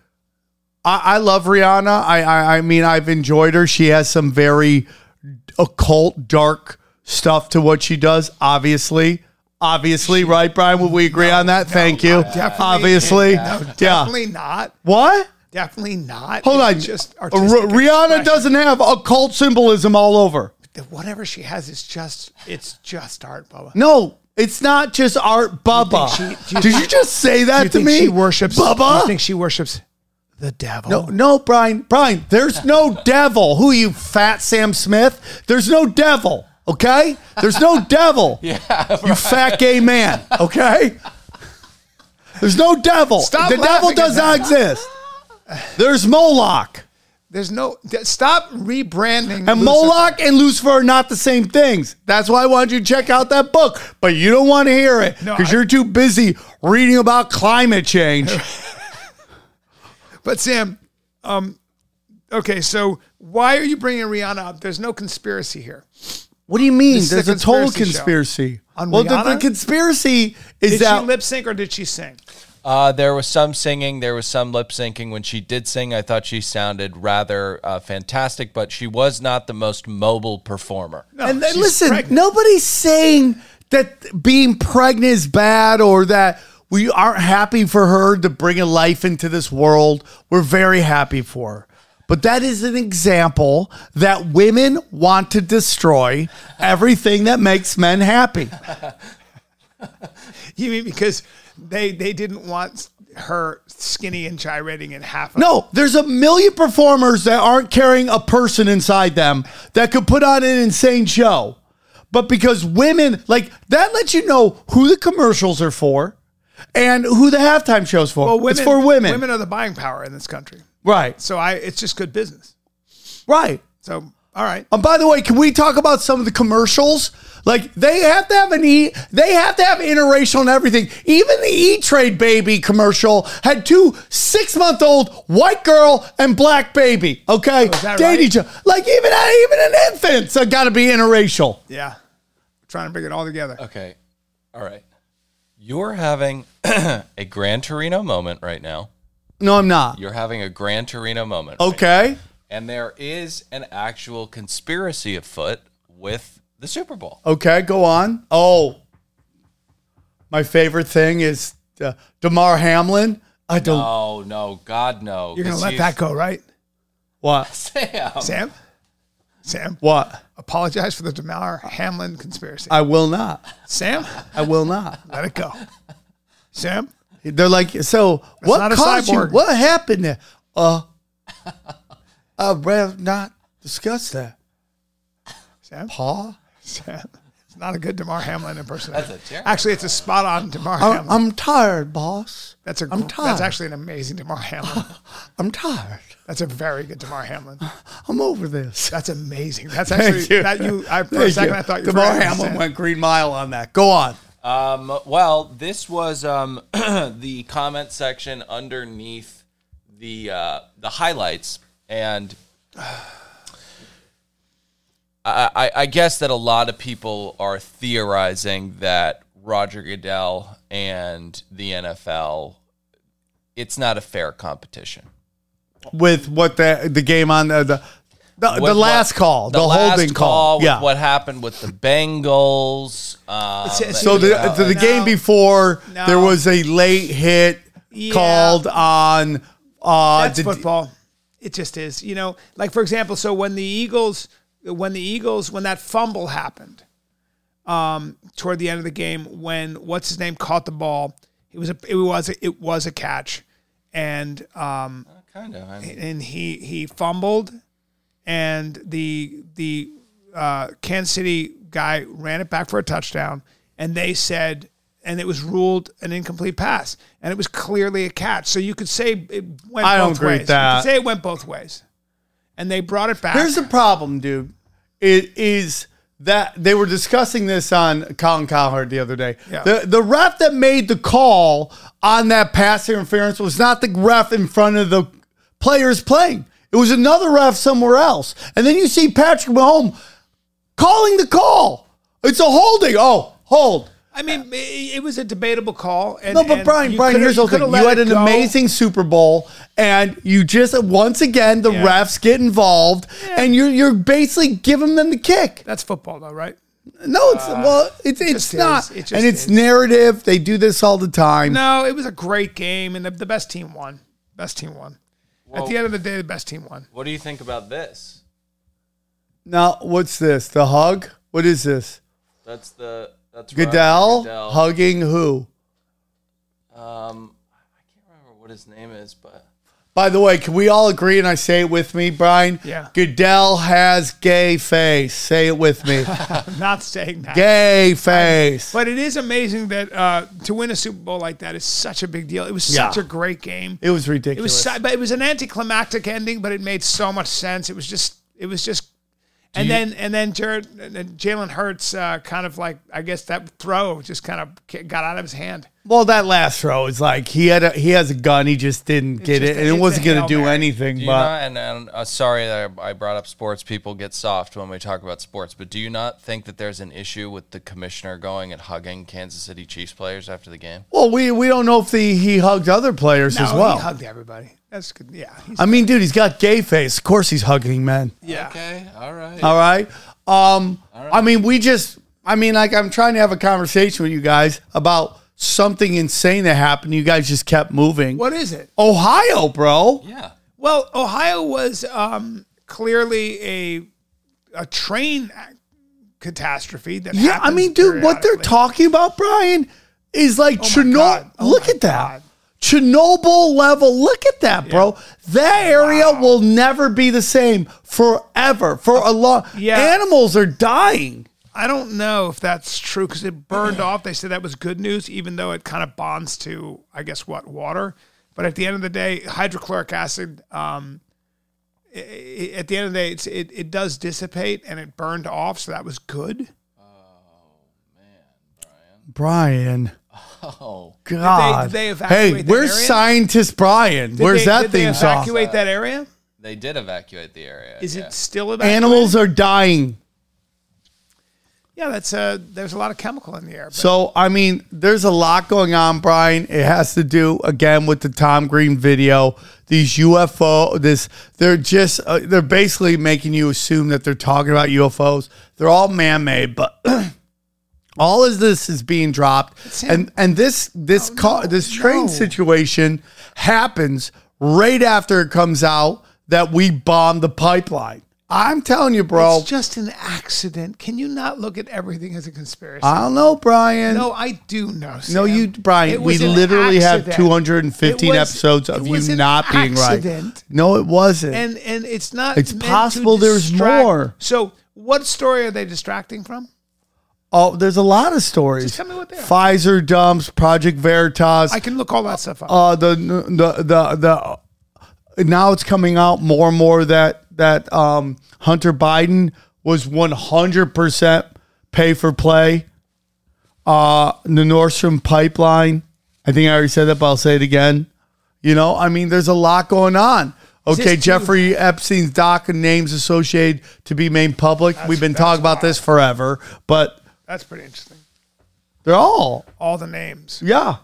A: I, I love Rihanna. I, I I mean, I've enjoyed her. She has some very occult, dark stuff to what she does. Obviously, obviously, right, Brian? Would we agree on that? Thank you.
B: definitely-
A: obviously,
B: no,
A: yeah.
B: definitely not.
A: What?
B: Definitely not.
A: Hold
B: It's
A: on.
B: Just
A: R-
B: artistic
A: Rihanna
B: expression.
A: doesn't have occult symbolism all over.
B: Whatever she has is just. It's just art, Bubba.
A: No. It's not just art, Bubba.
B: think she- do you
A: Did
B: think-
A: you just say that
B: you
A: to
B: think
A: me?
B: She worships.
A: Bubba.
B: You think she worships the devil?
A: No, no, Brian. Brian, there's no devil. Who you, fat Sam Smith? There's no devil. Okay? There's no devil. Yeah. You fat gay man. Okay? There's no devil.
B: Stop
A: the devil
B: laughing at
A: does not
B: that.
A: exist. There's Moloch.
B: There's no. th- Stop rebranding.
A: And
B: Lucifer.
A: Moloch and Lucifer are not the same things. That's why I wanted you to check out that book, but you don't want to hear it
B: No,
A: because
B: I-
A: you're too busy reading about climate change.
B: But Sam, um, okay, so why are you bringing Rihanna up? There's no conspiracy here.
A: what do you mean?
B: This is a
A: There's a, total
B: conspiracy
A: conspiracy.
B: On
A: Well, the, the
B: Rihanna?
A: conspiracy is
B: Did
A: that
B: she lip sync or did she sing?
F: Uh, there was some singing, there was some lip syncing. When she did sing, I thought she sounded rather uh, fantastic, but she was not the most mobile performer.
B: No,
A: and then,
B: she's
A: listen,
B: pregnant.
A: nobody's saying that being pregnant is bad or that we aren't happy for her to bring a life into this world. We're very happy for her. But that is an example that women want to destroy everything that makes men happy.
B: You mean because they they didn't want her skinny and gyrating in half. a-
A: No, there's a million performers that aren't carrying a person inside them that could put on an insane show. But because women, like, that lets you know who the commercials are for and who the halftime show's for.
B: Well, women,
A: it's for women.
B: Women are the buying power in this country.
A: right,
B: So I, it's just good business.
A: right.
B: So all right,
A: And by the way, can we talk about some of the commercials? Like they have to have an E, they have to have interracial and everything. Even the E Trade baby commercial had two six month old white girl and black baby. Okay,
B: Oh, is that
A: dating
B: right?
A: each other. Like even even an infant's got to be interracial.
B: yeah, We're trying to bring it all together.
F: Okay. All right. You're having a Gran Torino moment right now.
A: No, I'm not.
F: You're having a Gran Torino moment. right
A: Okay,
F: And there is an actual conspiracy afoot with the Super Bowl.
A: okay, go on. Oh, my favorite thing is uh, Damar Hamlin. I don't
F: Oh no, God no.
B: You're gonna let that go, right,
A: what
F: Sam.
B: Sam? Sam,
A: what
B: apologize for the Demar Hamlin conspiracy.
A: I will not.
B: Sam,
A: I will not.
B: let it go. Sam,
A: They're like, so
B: not
A: what
B: a
A: caused you?
B: cyborg.
A: What happened there? Uh, I'd rather not discuss that.
B: Sam,
A: Paul,
B: Sam. It's not a good Demar Hamlin impersonation.
F: That's a terrible-
B: actually, it's a spot on Demar
A: I'm,
B: Hamlin.
A: I'm tired, boss.
B: that's a.
A: I'm
B: That's
A: tired.
B: actually an amazing Demar Hamlin.
A: I'm tired.
B: That's a very good Demar Hamlin.
A: I'm over this.
B: That's amazing. That's actually that you. I, for a
A: Thank
B: second,
A: you.
B: I thought you
A: Damar
B: were
A: Hamlin went green mile on that. Go on.
F: Um, well, this was um, the comment section underneath the uh, the highlights, and I, I, I guess that a lot of people are theorizing that Roger Goodell and the NFL, it's not a fair competition.
A: With what the the game on uh, the the, the, the
F: With
A: last
F: what-
A: call, the,
F: last
A: holding call.
F: with
A: yeah.
F: what happened with the Bengals? Um,
B: It's-
A: so the
B: No,
A: the, the
B: no.
A: game before
B: No.
A: there was a late hit called on uh
B: That's
A: the-
B: football. It just is. You know, like for example, so when the Eagles, when the Eagles, when that fumble happened, um, toward the end of the game, when what's his name caught the ball, it was a, it was a, it was a catch, and um,
F: kind of. I mean,
B: and he he fumbled, and the the uh, Kansas City guy ran it back for a touchdown, and they said, and it was ruled an incomplete pass, and it was clearly a catch. So you could say it went.
A: I
B: both
A: don't agree
B: ways.
A: with that.
B: You could say it went both ways, and they brought it back.
A: Here's the problem, dude. It is that they were discussing this on Colin Cowherd the other day.
B: Yeah.
A: The the ref that made the call on that pass interference was not the ref in front of the players playing. It was another ref somewhere else. And then you see Patrick Mahomes calling the call. It's a holding. Oh, hold.
B: I mean, it, it was a debatable call. And,
A: No, but
B: and
A: Brian,
B: you
A: Brian,
B: coulda-
A: here's the
B: coulda
A: thing.
B: let
A: You had
B: it
A: an
B: go.
A: amazing Super Bowl, and you just once again the
B: Yeah.
A: refs get involved, and you're you're basically giving them the kick.
B: That's football, though, right?
A: No, it's well, it's it's
B: just
A: not,
B: is. Uh, It just
A: and it's
B: is.
A: narrative. They do this all the time.
B: No, it was a great game, and the, the best team won. Best team won. At the end of the day, the best team won.
F: what do you think about this?
A: Now, what's this? The hug? What is this?
F: That's the that's Roger
A: Goodell,
F: Goodell.
A: hugging who?
F: Um, I can't remember what his name is, but
A: By the way, can we all agree? And I say it with me, Brian.
B: Yeah.
A: Goodell has gay face. Say it with me.
B: I'm not saying that.
A: gay face.
B: But it is amazing that uh, to win a Super Bowl like that is such a big deal. It was
A: Yeah.
B: such a great game.
A: it was
B: It
A: ridiculous.
B: was, si- but it was an anticlimactic ending, but it made so much sense. It was just, it was just, and then and then Jared and then Jalen Hurts uh, kind of like I guess that throw just kind of ca- got out of his hand.
A: well, that last throw is like he had a he has a gun. He just didn't get
B: just
A: it,
B: a-
A: and it
B: it's a
A: wasn't going
B: Hail
A: to do
B: Mary.
A: anything.
F: Do you
A: but
F: not, and, and uh, sorry that I, I brought up sports. People get soft when we talk about sports, but do you not think that there's an issue with the commissioner going and hugging Kansas City Chiefs players after the game?
A: well, we we don't know if the, he hugged other players as
B: No,
A: well.
B: Oh, he hugged everybody. That's good. Yeah, he's,
A: I mean, dude, he's got gay face. Of course, he's hugging men.
B: yeah.
F: Okay, all right.
A: All right. Um, I mean, we just, I mean, like, I'm trying to have a conversation with you guys about something insane that happened. You guys just kept moving.
B: What is it?
A: Ohio, bro.
F: Yeah.
B: Well, Ohio was um, clearly a a train catastrophe that.
A: Yeah. I
B: happens
A: mean, dude, what they're
B: periodically.
A: talking about, Brian, is like Chernobyl.
B: God. Oh
A: look
B: my
A: at that.
B: God.
A: Chernobyl level. Look at that, bro. That area will never be the same forever for a long.
B: Yeah.
A: Animals are dying.
B: I don't know if that's true because it burned off. They said that was good news, even though it kind of bonds to, I guess, what water. But at the end of the day, hydrochloric acid. Um, i- i- at the end of the day, it's, it it does dissipate and it burned off, so that was good.
A: Brian.
F: Oh,
A: God.
B: they evacuate
A: hey,
B: that
A: where's
B: area?
A: scientist Brian?
B: Did
A: Where's
B: they-
A: that
B: did they
A: theme song?
B: Evacuate that area.
F: they did evacuate the area.
B: Is
F: yeah.
B: it still evacuated?
A: Animals are dying.
B: Yeah, that's uh There's a lot of chemical in the air. But
A: So, I mean, there's a lot going on, Brian. It has to do again with the Tom Green video. These UFO, this they're just uh, they're basically making you assume that they're talking about UFOs. They're all man-made, but all of this is being dropped, and and this this
B: Oh,
A: car this train situation happens right after it comes out that we bombed the pipeline. I'm telling you, bro.
B: it's just an accident. Can you not look at everything as a conspiracy?
A: I don't know, Brian.
B: no, I do know. Sam.
A: No, you, Brian.
B: It
A: We
B: was an
A: literally have
B: accident.
A: 215
B: It was-
A: episodes of
B: it
A: you
B: was an
A: not being right.
B: accident.
A: No, it wasn't.
B: and and it's not.
A: It's
B: meant to
A: possible there's
B: distract-
A: more.
B: So, what story are they distracting from?
A: oh, there's a lot of stories.
B: Just tell me what they are.
A: Pfizer dumps, Project Veritas.
B: I can look all that stuff up.
A: uh, the the the the. Now it's coming out more and more that that um, Hunter Biden was 100 percent pay for play. Uh, the Nordstrom pipeline. I think I already said that, but I'll say it again. You know, I mean, there's a lot going on. Okay,
B: too-
A: Jeffrey Epstein's doc and names associated to be made public. We've been talking about this forever, but
B: That's pretty interesting.
A: they're all
B: All the names,
A: yeah.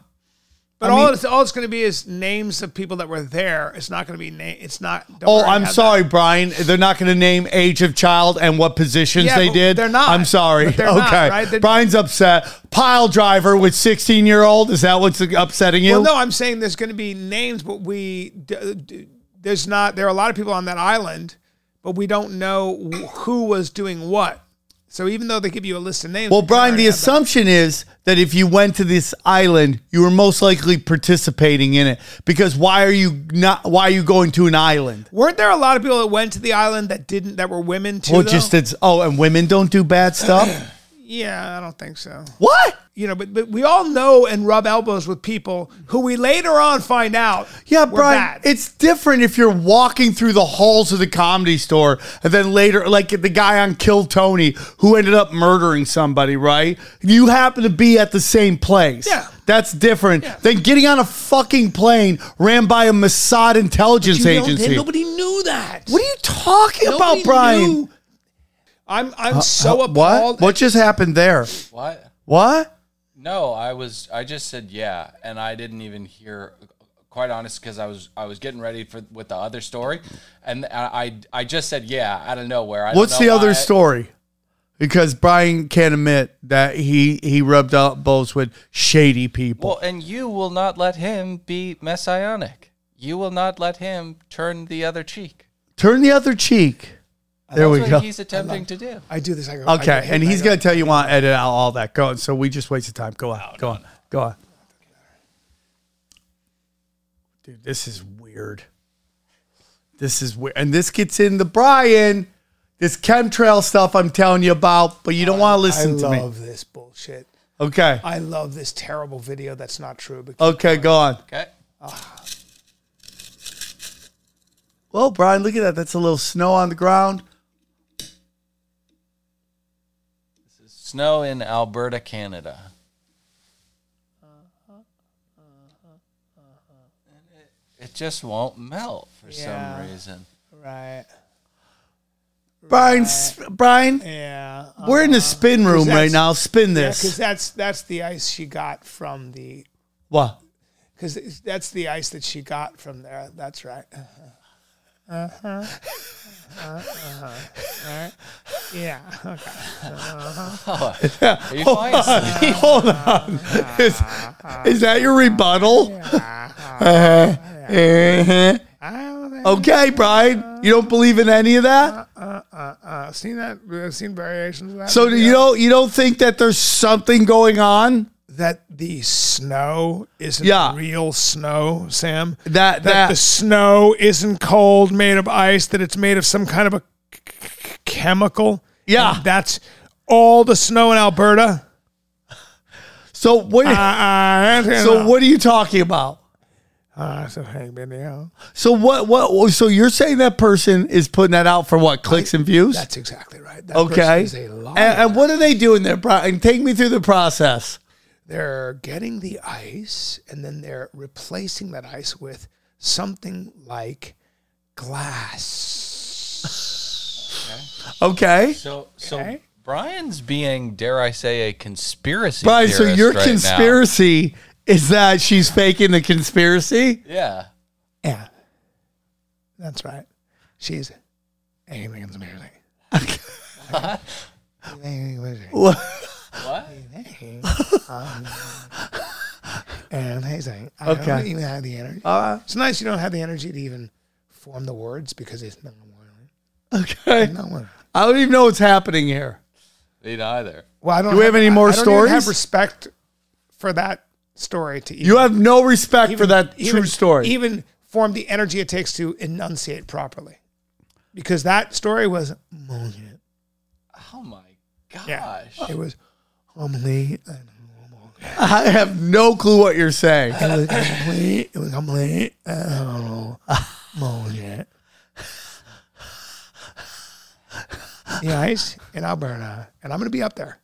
B: but
A: I mean-
B: all it's all it's going to be is names of people that were there. It's not going to be name. It's not. don't
A: Oh,
B: worry
A: I'm
B: about that.
A: sorry, Brian. They're not going to name age of child and what positions
B: Yeah,
A: they
B: but
A: did.
B: they're not.
A: I'm sorry.
B: But they're
A: okay,
B: not, right? They're-
A: Brian's upset. Pile driver with 16 year old. Is that what's upsetting you?
B: Well, no, I'm saying there's going to be names, but we d- d- there's not. There are a lot of people on that island, but we don't know who was doing what. So even though they give you a list of names,
A: Well,
B: we don't
A: Brian,
B: already
A: the
B: have that.
A: assumption is that if you went to this island, you were most likely participating in it. Because why are you not? Why are you going to an island?
B: weren't there a lot of people that went to the island that didn't that were women too?
A: Well,
B: though?
A: just it's oh, and women don't do bad stuff.
B: yeah, I don't think so.
A: what?
B: You know, but but we all know and rub elbows with people who we later on find out.
A: Yeah,
B: were
A: Brian,
B: bad.
A: it's different if you're walking through the halls of the comedy store and then later, like the guy on Kill Tony who ended up murdering somebody, right? You happen to be at the same place.
B: Yeah.
A: That's different than getting on a fucking plane ran by a Mossad intelligence
B: You know, then
A: agency.
B: Nobody knew that.
A: what are you talking
B: Nobody
A: about, Brian?
B: knew. I'm I'm so
A: Uh, what?
B: appalled.
A: What just happened there?
F: What?
A: What?
F: No, I was. I just said yeah, and I didn't even hear. Quite honest, because I was I was getting ready for with the other story, and I I, I just said yeah out of nowhere. I don't
A: What's
F: know
A: the other
F: why.
A: story? Because Brian can't admit that he he rubbed elbows with shady people.
F: Well, and you will not let him be messianic. You will not let him turn the other cheek.
A: Turn the other cheek. There
F: That's
A: we
F: what
A: go.
F: he's attempting to do.
B: I do this. I go. I
A: Okay,
B: go-
A: and he's gonna tell you want to edit out all that. Go on. So we just wasted time. Go on. Go on. Go on. Dude, this is weird. This is where, and this gets in the Brian, this chemtrail stuff I'm telling you about, but you don't want to
B: I
A: listen to me.
B: love this bullshit.
A: Okay.
B: I love this terrible video that's not true. Because
A: Okay, go on.
F: Okay.
A: Well, Brian, look at that. That's a little snow on the ground.
F: Snow in Alberta, Canada. It just won't melt for
B: Yeah.
F: some reason.
A: Oh.
B: Right.
A: Brian, sp- Brian,
B: Yeah.
A: we're in the spin room right
B: that's-
A: now. Spin
B: Because
A: this.
B: that's that's the ice she got from the.
A: what?
B: Because that's the ice that she got from there. That's right. Uh huh. Uh huh. Uh-huh. Yeah. Okay.
F: Are
A: Oh
F: you fine? Steve?
A: Hold on. Is, is that your rebuttal? Uh-huh. Uh-huh. Okay, Brian. You don't believe in any of that?
B: I've uh, seen that. I've seen variations of that.
A: So do you don't you don't think that there's something going on?
B: that the snow isn't
A: Yeah.
B: real snow, Sam.
A: That- that-
B: the snow isn't cold, made of ice. That it's made of some kind of a c- c- chemical.
A: Yeah.
B: And that's all the snow in Alberta.
A: So what
B: Uh,
A: so what are you talking about? Ah,
B: Uh, so hang video.
A: So what what so you're saying that person is putting that out for what clicks and views?
B: That's exactly right. That person
A: okay.
B: is a liar.
A: And, and what are they doing there, Brian? Take me through the process.
B: they're getting the ice and then they're replacing that ice with something like glass.
A: Okay.
F: So, so Brian's being, dare I say, a conspiracy.
A: Brian, so
F: theorist
A: your
F: right now.
A: conspiracy is that she's faking the conspiracy?
F: Yeah.
B: Yeah. That's right. She's alien conspiracy. Alien conspiracy.
A: What?
F: What?
B: um, And he's like, I okay. don't
A: Okay.
B: even have the energy.
A: Uh,
B: it's nice you don't have the energy to even form the words because it's not one.
A: okay.
B: Not one.
A: I don't even know what's happening here.
F: Me neither.
B: Well, I don't.
A: Do we have any more
B: I don't even
A: stories?
B: have respect for that story to even,
A: You have no respect for
B: even-
A: that
B: even-
A: true story.
B: Even form the energy it takes to enunciate properly, because that story was bullshit.
F: Oh my gosh.
B: Yeah, it was uh, homely. and-
A: I have no clue what you're saying.
B: It was complete. It was complete. Oh, bullshit. The ice in Alberta, and I'm going to be up there.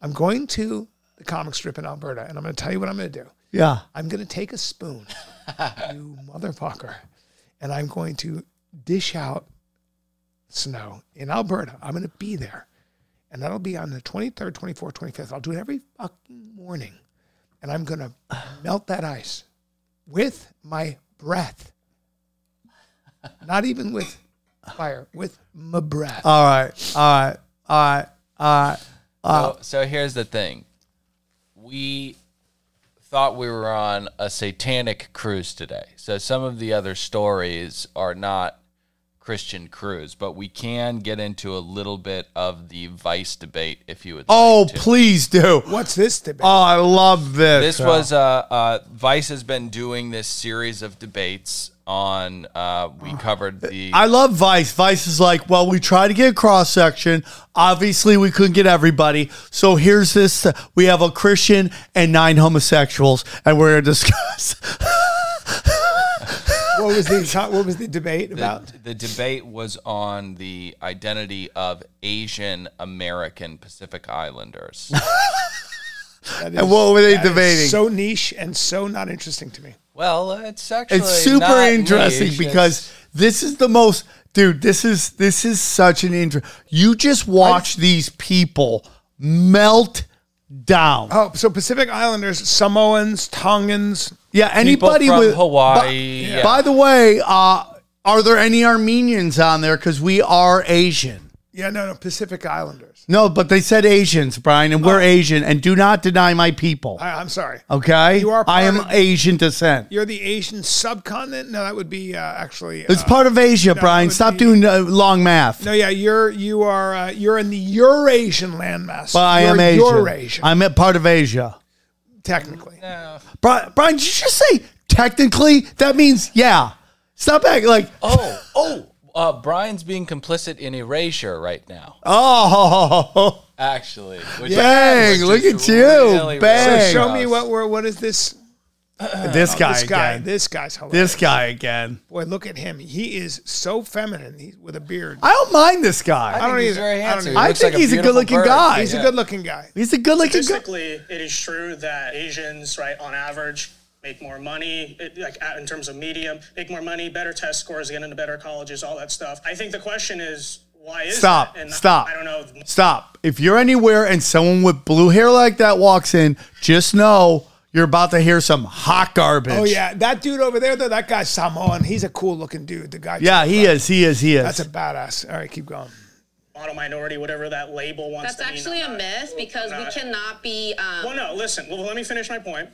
B: I'm going to the comic strip in Alberta, and I'm going to tell you what I'm going to do.
A: Yeah.
B: I'm going to take a spoon, you motherfucker, and I'm going to dish out snow in Alberta. I'm going to be there. And that'll be on the 23rd, 24th, 25th. I'll do it every fucking morning. And I'm going to melt that ice with my breath. Not even with fire, with my breath.
A: All right. All right. All right. All right. Uh,
F: so, so here's the thing. We thought we were on a satanic cruise today. So some of the other stories are not Christian cruise, but we can get into a little bit of the vice debate if you would.
A: Oh,
F: like to.
A: please do.
B: What's this debate?
A: Oh, I love this.
F: This was uh, uh, Vice has been doing this series of debates on. Uh, we covered the
A: I love Vice. Vice is like, well, we tried to get a cross section. Obviously, we couldn't get everybody. So here's this: we have a Christian and nine homosexuals, and we're gonna discuss.
B: what was the what was the debate about?
F: the debate was on the identity of Asian American Pacific Islanders.
A: and what were they
B: That is
A: debating?
B: So niche and so not interesting to me.
F: well, it's actually
A: it's super
F: not
A: interesting
F: niche,
A: because this is the most, dude. This is this is such an intro. You just watch these people melt down.
B: Oh, so Pacific Islanders, Samoans, Tongans.
A: Yeah,
F: People
A: anybody
F: from
A: with
F: Hawaii,
A: By,
F: yeah.
A: by the way, uh, are there any Armenians on there? Because we are Asian.
B: Yeah, no, no, Pacific Islanders.
A: No, but they said Asians, Brian, and we're Asian. And do not deny my people.
B: Oh. I, I'm sorry.
A: Oh. Okay,
B: You are part
A: I am
B: of-
A: Asian descent.
B: You're the Asian subcontinent. No, that would be uh, actually.
A: It's
B: uh,
A: part of Asia,
B: that
A: Brian.
B: would
A: Stop
B: be-
A: doing uh, long math.
B: No, yeah, you're you are uh, you're in the Eurasian landmass.
A: but I
B: You're
A: am Asian.
B: Eurasian,
A: I'm a part of Asia.
B: technically.
A: Bri- Brian, did you just say technically? That means yeah. Stop acting like
F: Oh, oh, uh, Brian's being complicit in erasure right now.
A: oh.
F: Actually, which
A: Dang,
F: which
A: look
F: is
A: at you. Bang.
F: gross.
B: Show me what we're, what is this?
A: This
B: Oh,
A: guy,
B: This guy.
A: again.
B: This guy's hilarious.
A: This guy again.
B: Boy, look at him. He is so feminine He's with a beard.
A: I don't mind this guy.
F: I
B: don't e-
F: don't he's
B: either. I
F: very
B: don't
F: handsome.
B: either.
F: He
A: I
F: looks
A: think
F: like a
A: he's a
F: beautiful
A: good-looking
F: bird.
A: guy.
B: He's
A: Yeah.
B: a good looking guy.
A: He's a good looking guy.
I: Statistically, it is true that Asians, right, on average, make more money, it, like at- in terms of medium, make more money, better test scores, get into better colleges, all that stuff. I think the question is, why is
A: Stop.
I: that? And
A: Stop.
I: I don't know.
A: Stop. If you're anywhere and someone with blue hair like that walks in, just know you're about to hear some hot garbage.
B: Oh yeah, that dude over there though, that guy Samoan. He's a cool looking dude. The guy.
A: Yeah, he is. He is. He is.
B: That's a badass. All right, keep going.
I: Model minority, whatever that label wants
J: That's
I: to
J: actually
I: mean.
J: a myth because we
I: not-
J: cannot be. Um,
I: Well, no, listen. Well, let me finish my point.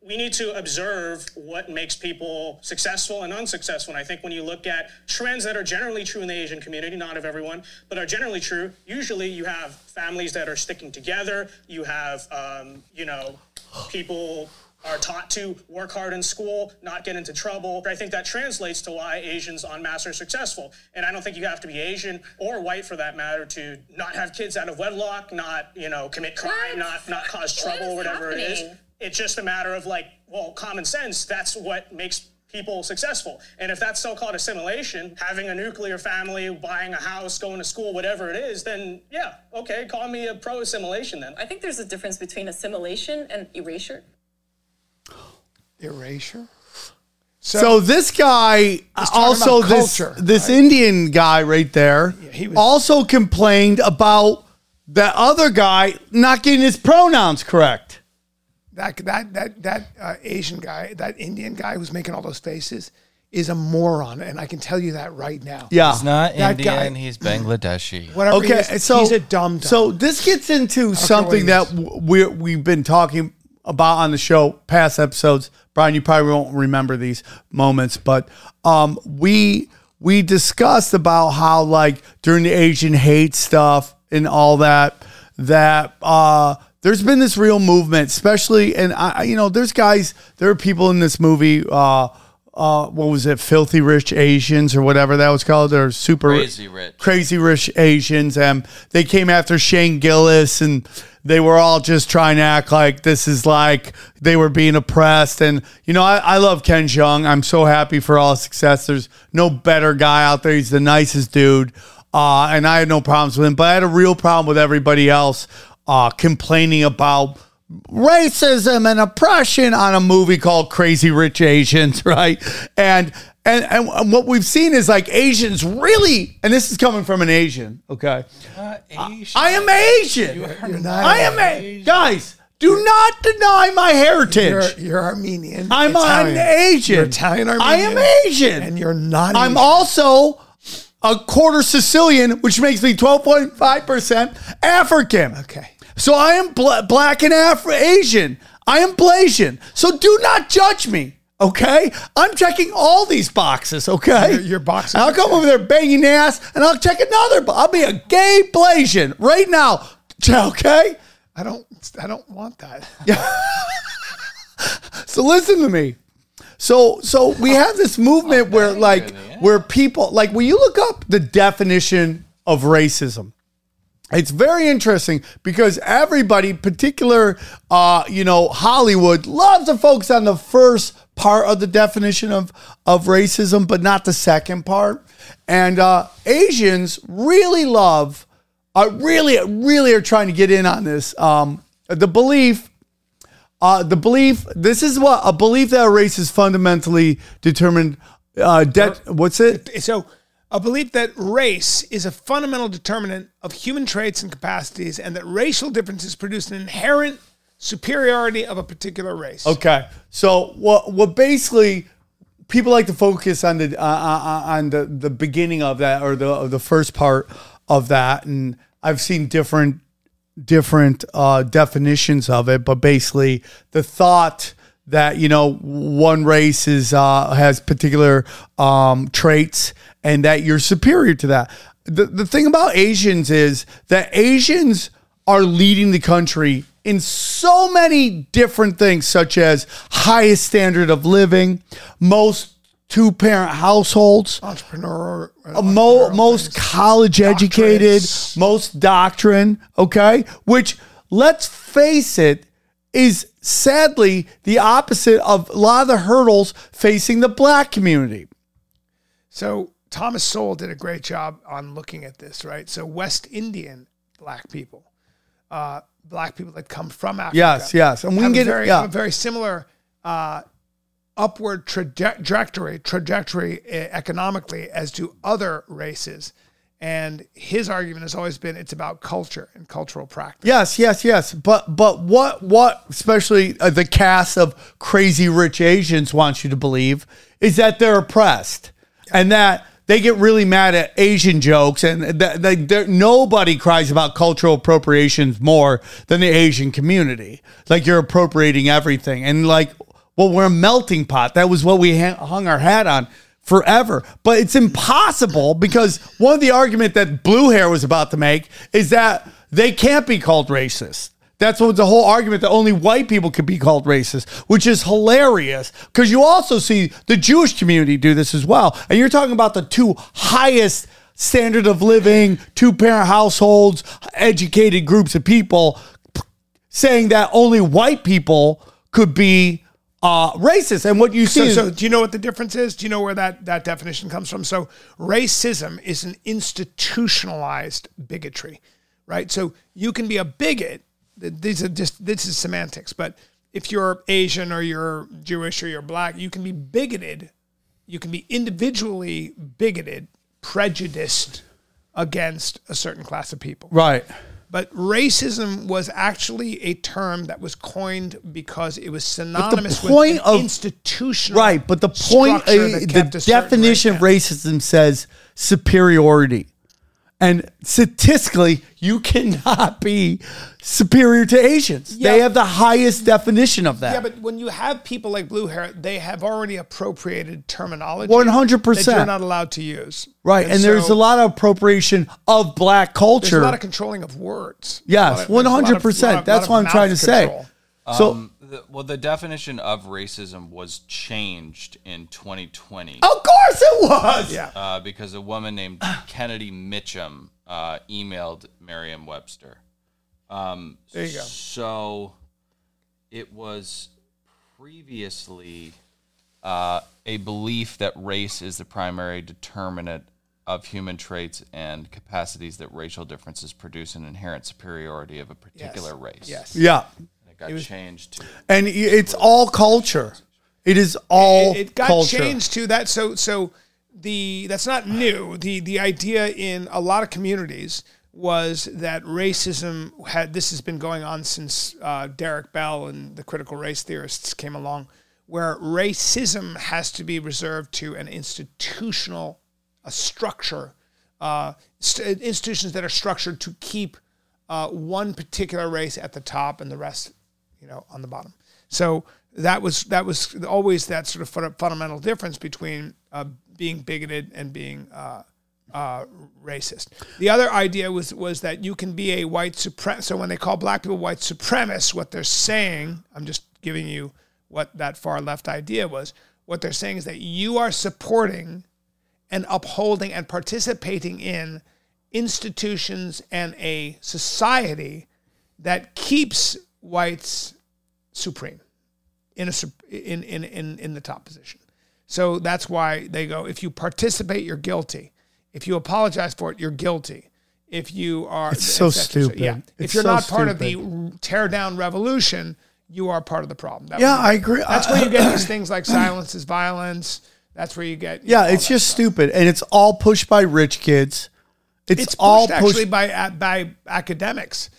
I: We need to observe what makes people successful and unsuccessful. And I think when you look at trends that are generally true in the Asian community, not of everyone, but are generally true, usually you have families that are sticking together. You have, um, you know, people are taught to work hard in school, not get into trouble. I think that translates to why Asians on mass are successful. And I don't think you have to be Asian or white for that matter to not have kids out of wedlock, not, you know, commit crime, not
J: What?
I: not cause
J: What
I: trouble,
J: is
I: whatever it is.
J: happening?
I: It's just a matter of like, well, common sense. That's what makes people successful. And if that's so-called assimilation, having a nuclear family, buying a house, going to school, whatever it is, then yeah, okay, call me a pro-assimilation then.
K: I think there's a difference between assimilation and erasure.
B: Erasure.
A: so this guy, also
B: about
A: this
B: culture,
A: this Indian guy right there,
B: he was-
A: also complained about that other guy not getting his pronouns correct.
B: That that that that uh, Asian guy, that Indian guy who's making all those faces, is a moron, and I can tell you that right now.
A: Yeah.
F: He's not
B: That guy-
F: Indian. He's Bangladeshi.
B: Whatever he
A: Okay,
B: is,
A: so
B: he's a dumb. dumb.
A: So this gets into
B: he
A: something that w- we're, we've been talking about on the show, past episodes. Brian, you probably won't remember these moments, but um, we we discussed about how like during the Asian hate stuff and all that that uh, there's been this real movement, especially and I I- you know there's guys there are people in this movie. Uh, uh, what was it? Filthy Rich Asians or whatever that was called, or Super
F: Crazy Rich.
A: crazy rich Asians, and they came after Shane Gillis, and they were all just trying to act like this is like they were being oppressed. And you know, I, I love Ken Jeong. I'm so happy for all his success. There's no better guy out there. He's the nicest dude, uh, and I had no problems with him. But I had a real problem with everybody else uh, complaining about racism and oppression on a movie called Crazy Rich Asians, right? And and and what we've seen is like Asians really, and this is coming from an Asian, okay? Ah, I am Asian.
B: you're not.
A: I am a guys. Do not deny my
B: You're,
A: heritage.
B: you're Armenian.
A: I'm
B: Italian.
A: an Asian.
B: You're Italian Armenian.
A: I am Asian.
B: and you're not.
A: I'm
B: Asian.
A: also a quarter Sicilian, which makes me 12.5% African.
B: okay.
A: So I am bla black and Afro Asian. I am Blasian. So do not judge me. Okay, I'm checking all these boxes. Okay,
B: Your- your boxes
A: I'll
B: are
A: come over there banging ass, and I'll check another. bo- I'll be a gay Blasian right now. Okay,
B: I don't. I don't want that.
A: so listen to me. So so we have this movement where like where people like when you look up the definition of racism, it's very interesting because everybody, particular, uh, you know, Hollywood loves to focus on the first part of the definition of of racism, but not the second part. And uh, Asians really love, uh, really, really are trying to get in on this. Um, the belief, uh, the belief. This is what a belief that a race is fundamentally determined. Uh, de- what's it?
B: so a belief that race is a fundamental determinant of human traits and capacities and that racial differences produce an inherent superiority of a particular race.
A: Okay. So what what basically people like to focus on the uh, uh, uh, on the, the beginning of that or the of the first part of that, and I've seen different different uh, definitions of it, but basically the thought that you know one race is uh, has particular um, traits and that you're superior to that. The the thing about Asians is that Asians are leading the country in so many different things, such as highest standard of living, most two parent households.
B: Entrepreneur. uh,
A: A mo- most college educated, most doctrine, okay? Which, let's face it, is sadly the opposite of a lot of the hurdles facing the black community.
B: So Thomas Sowell did a great job on looking at this, right? So West Indian black people, uh, black people that come from Africa.
A: Yes, yes. And we
B: have
A: can
B: a
A: get it-
B: very,
A: yeah.
B: have a very similar uh, upward traje- trajectory, trajectory eh, economically as to other races. And his argument has always been it's about culture and cultural practice.
A: Yes, yes, yes. But but what what especially uh, the cast of crazy rich Asians wants you to believe is that they're oppressed and that they get really mad at Asian jokes and that they, they're- nobody cries about cultural appropriations more than the Asian community. Like you're appropriating everything and like well we're a melting pot. That was what we ha- hung our hat on forever. But it's impossible because one of the argument that blue hair was about to make is that they can't be called racist. That's what the whole argument that only white people could be called racist, which is hilarious because you also see the Jewish community do this as well. And you're talking about the two highest standard of living, two parent households, educated groups of people saying that only white people could be uh, racist. And what you see
B: So,
A: is
B: so do you know what the difference is? Do you know where that, that definition comes from? So racism is an institutionalized bigotry, right? So you can be a bigot. th- These are just this is semantics, but if you're Asian or you're Jewish or you're black, you can be bigoted. You can be individually bigoted, prejudiced against a certain class of people.
A: right.
B: But racism was actually a term that was coined because it was synonymous
A: point
B: with an
A: of-
B: institutional
A: Right, but the point,
B: structure
A: uh,
B: that
A: the
B: kept a certain
A: definition of
B: race-
A: racism says superiority, and statistically, you cannot be superior to Asians. They
B: Yeah.
A: have the highest definition of that.
B: Yeah, but when you have people like blue hair, they have already appropriated terminology
A: 100%.
B: that you're not allowed to use.
A: right, and, there's
B: so
A: a lot of appropriation of black
B: There's
A: culture.
B: a lot of controlling of words.
A: yes,
B: There's a lot
A: one
B: of-
A: hundred
B: lot
A: percent.
B: of-
A: That's
B: lot
A: what
B: of
A: I'm trying to
B: mouth
A: say.
B: control.
A: so
F: um, The, well, the definition of racism was changed in 2020
A: of course it was.
B: Yeah.
F: uh, because a woman named Kennedy Mitchum uh, emailed Merriam-Webster. Um, there
B: you go.
F: So it was previously uh, a belief that race is the primary determinant of human traits and capacities that racial differences produce an inherent superiority of a particular race.
B: Yes.
A: Yeah,
F: It got changed to
A: and y- it's all culture. It is all
B: it, it got
A: culture.
B: changed to that. So so the that's not new. The the idea in a lot of communities was that racism had this has been going on since uh, Derek Bell and the critical race theorists came along, where racism has to be reserved to an institutional a structure, uh, st- institutions that are structured to keep uh, one particular race at the top and the rest, you know, on the bottom. So that was that was always that sort of fun- fundamental difference between uh, being bigoted and being uh, uh, racist. The other idea was was that you can be a white supremacist. So when they call black people white supremacists, what they're saying, I'm just giving you what that far left idea was. What they're saying is that you are supporting and upholding and participating in institutions and a society that keeps whites supreme in a sup- in in in, in the top position. So that's why they go if you participate you're guilty. If you apologize for it you're guilty. If you are
A: It's so
B: et cetera, et cetera. Yeah.
A: stupid.
B: If
A: It's
B: you're
A: so
B: not part of the tear down revolution, you are part of the problem. That
A: Yeah,
B: was-
A: I agree.
B: That's where you get these things like silence is violence. That's where you get you know,
A: Yeah,
B: all
A: it's
B: that
A: just
B: stuff.
A: stupid, and it's all pushed by rich kids. It's,
B: it's pushed
A: all pushed.
B: actually by a- by academics,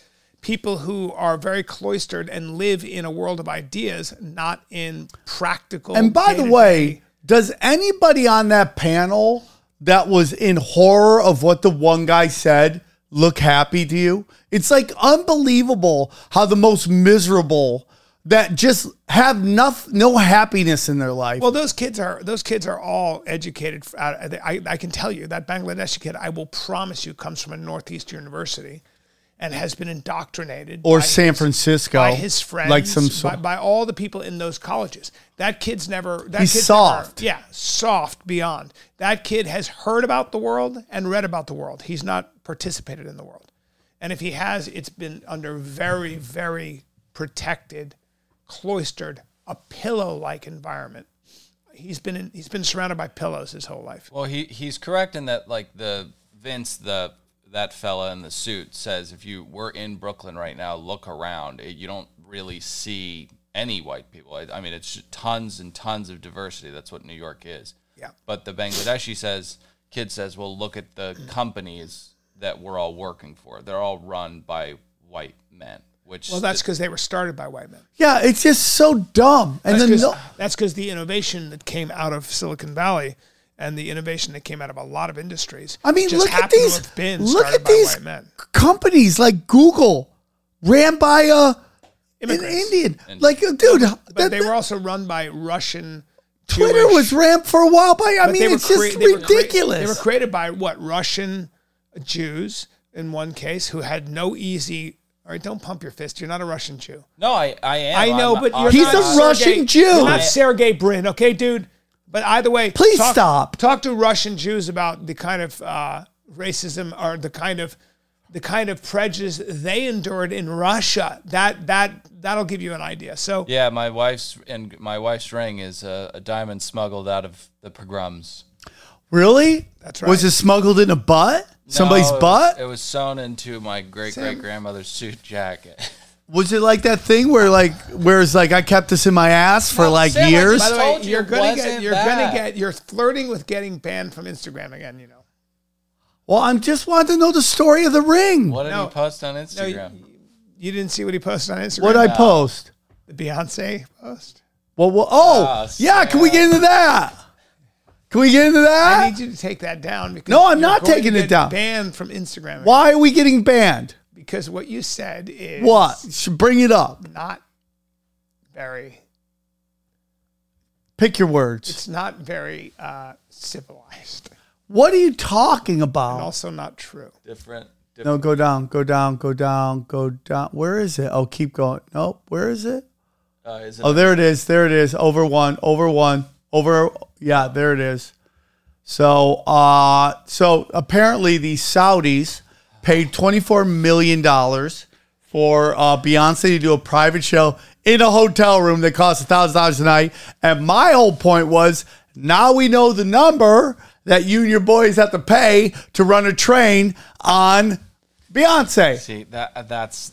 B: people who are very cloistered and live in a world of ideas, not in practical.
A: and by the
B: day-to-day-
A: way, does anybody on that panel that was in horror of what the one guy said look happy to you? It's like unbelievable how the most miserable that just have noth- no happiness in their life.
B: well, those kids are those kids are all educated. f- uh, out- I, I can tell you that Bangladeshi kid, I will promise you, comes from a northeast university, and has been indoctrinated
A: Or
B: by
A: San
B: his-
A: Francisco,
B: by his friends,
A: like some so-
B: by, by all the people in those colleges. That kid's never. That
A: He's
B: kid's
A: soft.
B: Never, yeah, soft beyond. That kid has heard about the world and read about the world. He's not participated in the world, and if he has, it's been under very, very protected, cloistered, a pillow-like environment. He's been in, he's been surrounded by pillows his whole life.
F: Well, he he's correct in that like the Vince the that fella in the suit says if you were in Brooklyn right now, look around. It, you don't really see any white people. I, I mean, it's just tons and tons of diversity. That's what New York is.
B: Yeah.
F: But the Bangladeshi says kid says, well, look at the companies that we're all working for. They're all run by white men. Which
B: Well, that's because they were started by white men.
A: Yeah, it's just so dumb. And
B: that's
A: then
B: because
A: no,
B: the innovation that came out of Silicon Valley and the innovation that came out of a lot of industries.
A: I mean,
B: just
A: look at
B: happened to
A: these.
B: have been
A: Look
B: started
A: at
B: by
A: these
B: white men.
A: companies like Google, ran by a an
B: Immigrants.
A: Indian. Like, uh, dude,
B: But
A: that-
B: they were also run by Russian.
A: Twitter
B: Jewish-
A: was ran for a while by. I
B: but
A: mean,
B: they were
A: it's just
B: crea- they were crea-
A: ridiculous.
B: they were created by what Russian Jews in one case who had no easy. All right, don't pump your fist. You're not a Russian Jew.
F: no, I I am.
B: I know,
F: I'm-
B: but
F: I'm
B: you're
A: He's
B: not
A: a
B: Sergey-
A: Russian Jew.
B: You're not
A: I-
B: Sergey Brin, okay, dude. But either way,
A: Please
B: talk-
A: stop.
B: Talk to Russian Jews about the kind of uh, racism or the kind of the kind of prejudice they endured in Russia. That that that'll give you an idea. So
F: Yeah, my wife's and my wife's ring is a, a diamond smuggled out of the pogroms.
A: really?
B: That's
A: Was
B: right.
A: it smuggled in a butt? Somebody's
F: No, it
A: butt?
F: Was, it was sewn into my great great grandmother's suit jacket.
A: Was it like that thing where like where it's like I kept this in my ass for like
F: Sam, I
A: years?
F: just-
B: by the way,
F: told you
B: you're
F: it
B: gonna get
F: wasn't
B: you're gonna
F: that.
B: get you're flirting with getting banned from Instagram again. You know,
A: well, I'm just wanted to know the story of the ring.
F: What did
B: No.
F: he post on
B: No, you-
F: Instagram?
B: you didn't see what he posted on Instagram.
A: What I post?
B: the Beyonce post?
A: Well, well oh
F: Ah,
A: yeah, can we get into that? Can we get into
B: I
A: that?
B: need you to take that down. Because
A: Ah! No, I'm
B: you're
A: not
B: going
A: taking
B: to
A: it
B: get
A: down.
B: Banned from Instagram. again.
A: Why are we getting banned?
B: because what you said is
A: What? Sh- Bring it up.
B: not very
A: Pick your words.
B: it's not very uh, civilized
A: What are you talking about?
B: and also not true
F: Different. different.
A: No, go down, go down, go down, go down. Where is it? Oh, keep going. Nope. Where is it?
F: Uh, is it
A: Oh, there it is. There it is. Over one, over one, over. Yeah, there it is. So, uh, so apparently the Saudis paid $24 million for uh, Beyonce to do a private show in a hotel room that cost $1,000 a night. And my whole point was now we know the number that you and your boys have to pay to run a train on Beyonce.
F: see that uh, that's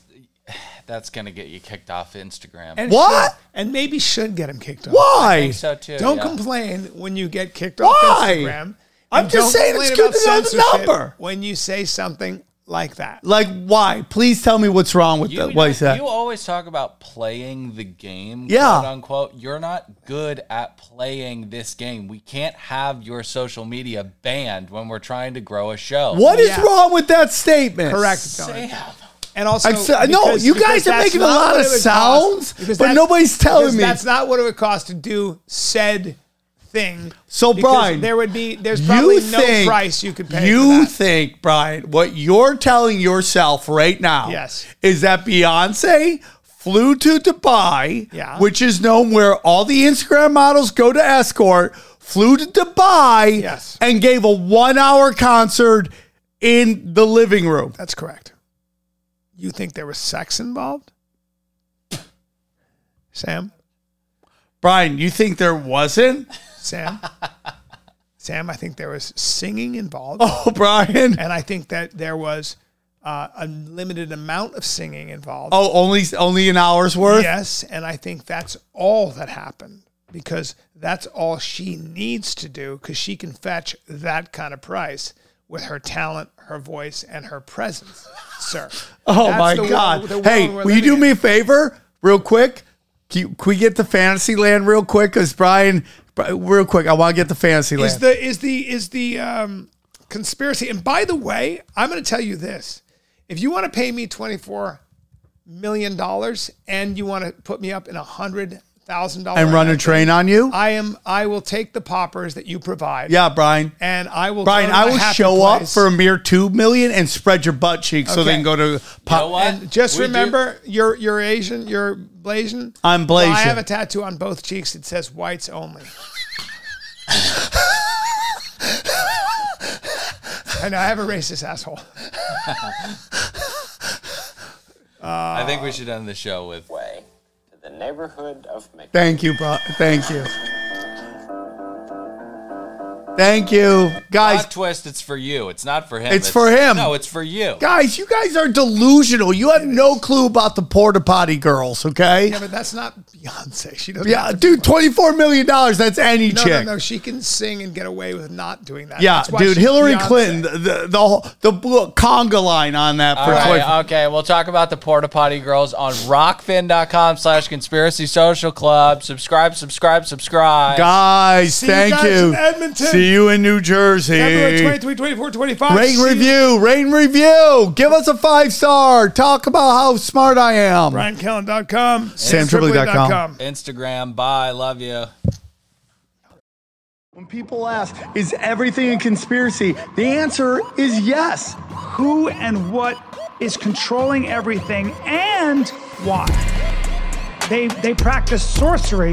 F: that's gonna get you kicked off Instagram.
B: and
A: What?
B: should- and maybe should get him kicked off
A: Why?
F: so too.
B: don't
F: yeah.
B: complain when you get kicked off
A: Why?
B: instagram
A: I'm
B: and
A: just
B: don't
A: saying it's
B: complain about
A: good to know the
B: censorship
A: number.
B: when you say something like that
A: Like, why? Please tell me what's wrong with
F: You,
A: that. What is that?
F: you always talk about playing the game,
A: Yeah.
F: quote unquote. You're not good at playing this game. We can't have your social media banned when we're trying to grow a show.
A: What is
B: Yeah.
A: wrong with that statement?
B: correct Tony.
F: Sam.
B: and also
A: I'm so- no, you guys are
B: that's
A: making a
B: not
A: lot
B: what
A: of
B: it would
A: sounds,
B: cost, because
A: but
B: that's-
A: nobody's telling
B: because
A: me.
B: that's not what it would cost to do said thing
A: So,
B: because
A: Brian,
B: there would be there's probably no price you could pay for
A: You
B: that.
A: think, Brian, what you're telling yourself right now
B: Yes.
A: is that Beyonce flew to Dubai,
B: Yeah.
A: which is known where all the Instagram models go to escort, flew to Dubai
B: Yes.
A: and gave a one hour concert in the living room.
B: That's correct. You think there was sex involved? Sam?
A: Brian, you think there wasn't?
B: Sam? Sam, I think there was singing involved.
A: Oh, Brian.
B: And I think that there was uh, a limited amount of singing involved.
A: Oh, only only an hour's worth?
B: Yes. And I think that's all that happened because that's all she needs to do because she can fetch that kind of price with her talent, her voice, and her presence, sir.
A: Oh
B: That's
A: my
B: the world-
A: God!
B: the world
A: hey,
B: we're
A: will you
B: living
A: do
B: in.
A: me a favor, real quick? Can, you- can we get to Fantasyland real quick? Because Brian, Bri- real quick, I want to get to Fantasyland.
B: is the is the is the um, conspiracy. And by the way, I'm going to tell you this: if you want to pay me 24 million dollars and you want to put me up in a hundred thousand dollars
A: and run a train on you?
B: I am. I will take the poppers that you provide.
A: yeah, Brian.
B: and I will.
A: Brian,
B: go to
A: I
B: the
A: will
B: happy
A: show up
B: place.
A: for a mere two million and spread your butt cheeks so they
B: Okay.
A: can go to
F: You
A: pop.
F: know what?
B: And just
F: We do-
B: remember, you're you're Asian. You're Blasian.
A: I'm
B: Well, I
A: Blasian.
B: have a tattoo on both cheeks that says "whites only." I know I have a racist asshole.
F: I think we should end the show with
J: way to the neighborhood of Mc.
A: Thank you, bro. Thank you. Thank you, guys.
F: plot twist. It's for you. It's not for him.
A: It's for him.
F: No, it's for you.
A: Guys, you guys are delusional. You have no clue about the porta potty girls, okay?
B: Yeah, but that's not Beyonce. She doesn't.
A: Yeah, dude, twenty-four million dollars. That's any
B: No,
A: chick.
B: no, no. She can sing and get away with not doing that.
A: Yeah,
B: That's why
A: dude,
B: she's
A: Hillary
B: Beyonce.
A: Clinton, the the the, whole, the blue conga line on that
F: All
A: for
F: right,
A: 24
F: okay, we'll talk about the porta potty girls on rockfin.com slash conspiracy social club. Subscribe, subscribe, subscribe.
A: Guys,
B: you
A: thank
B: guys
A: you.
B: in Edmonton.
A: See you in New Jersey.
B: February 23, 24, 25.
A: Rate and
B: See you.
A: review. Rate and review. Give us a five star. Talk about how smart I am.
B: BrianKellen.com. SamTripoli.com.
A: SamTripoli.com.
F: Instagram, bye, love you.
D: When people ask, is everything a conspiracy? The answer is yes.
C: Who and what is controlling everything and why? They they practice sorcery.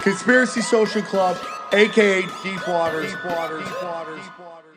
E: Conspiracy Social Club, aka Deepwater. Deepwater. Deepwater. Deepwater.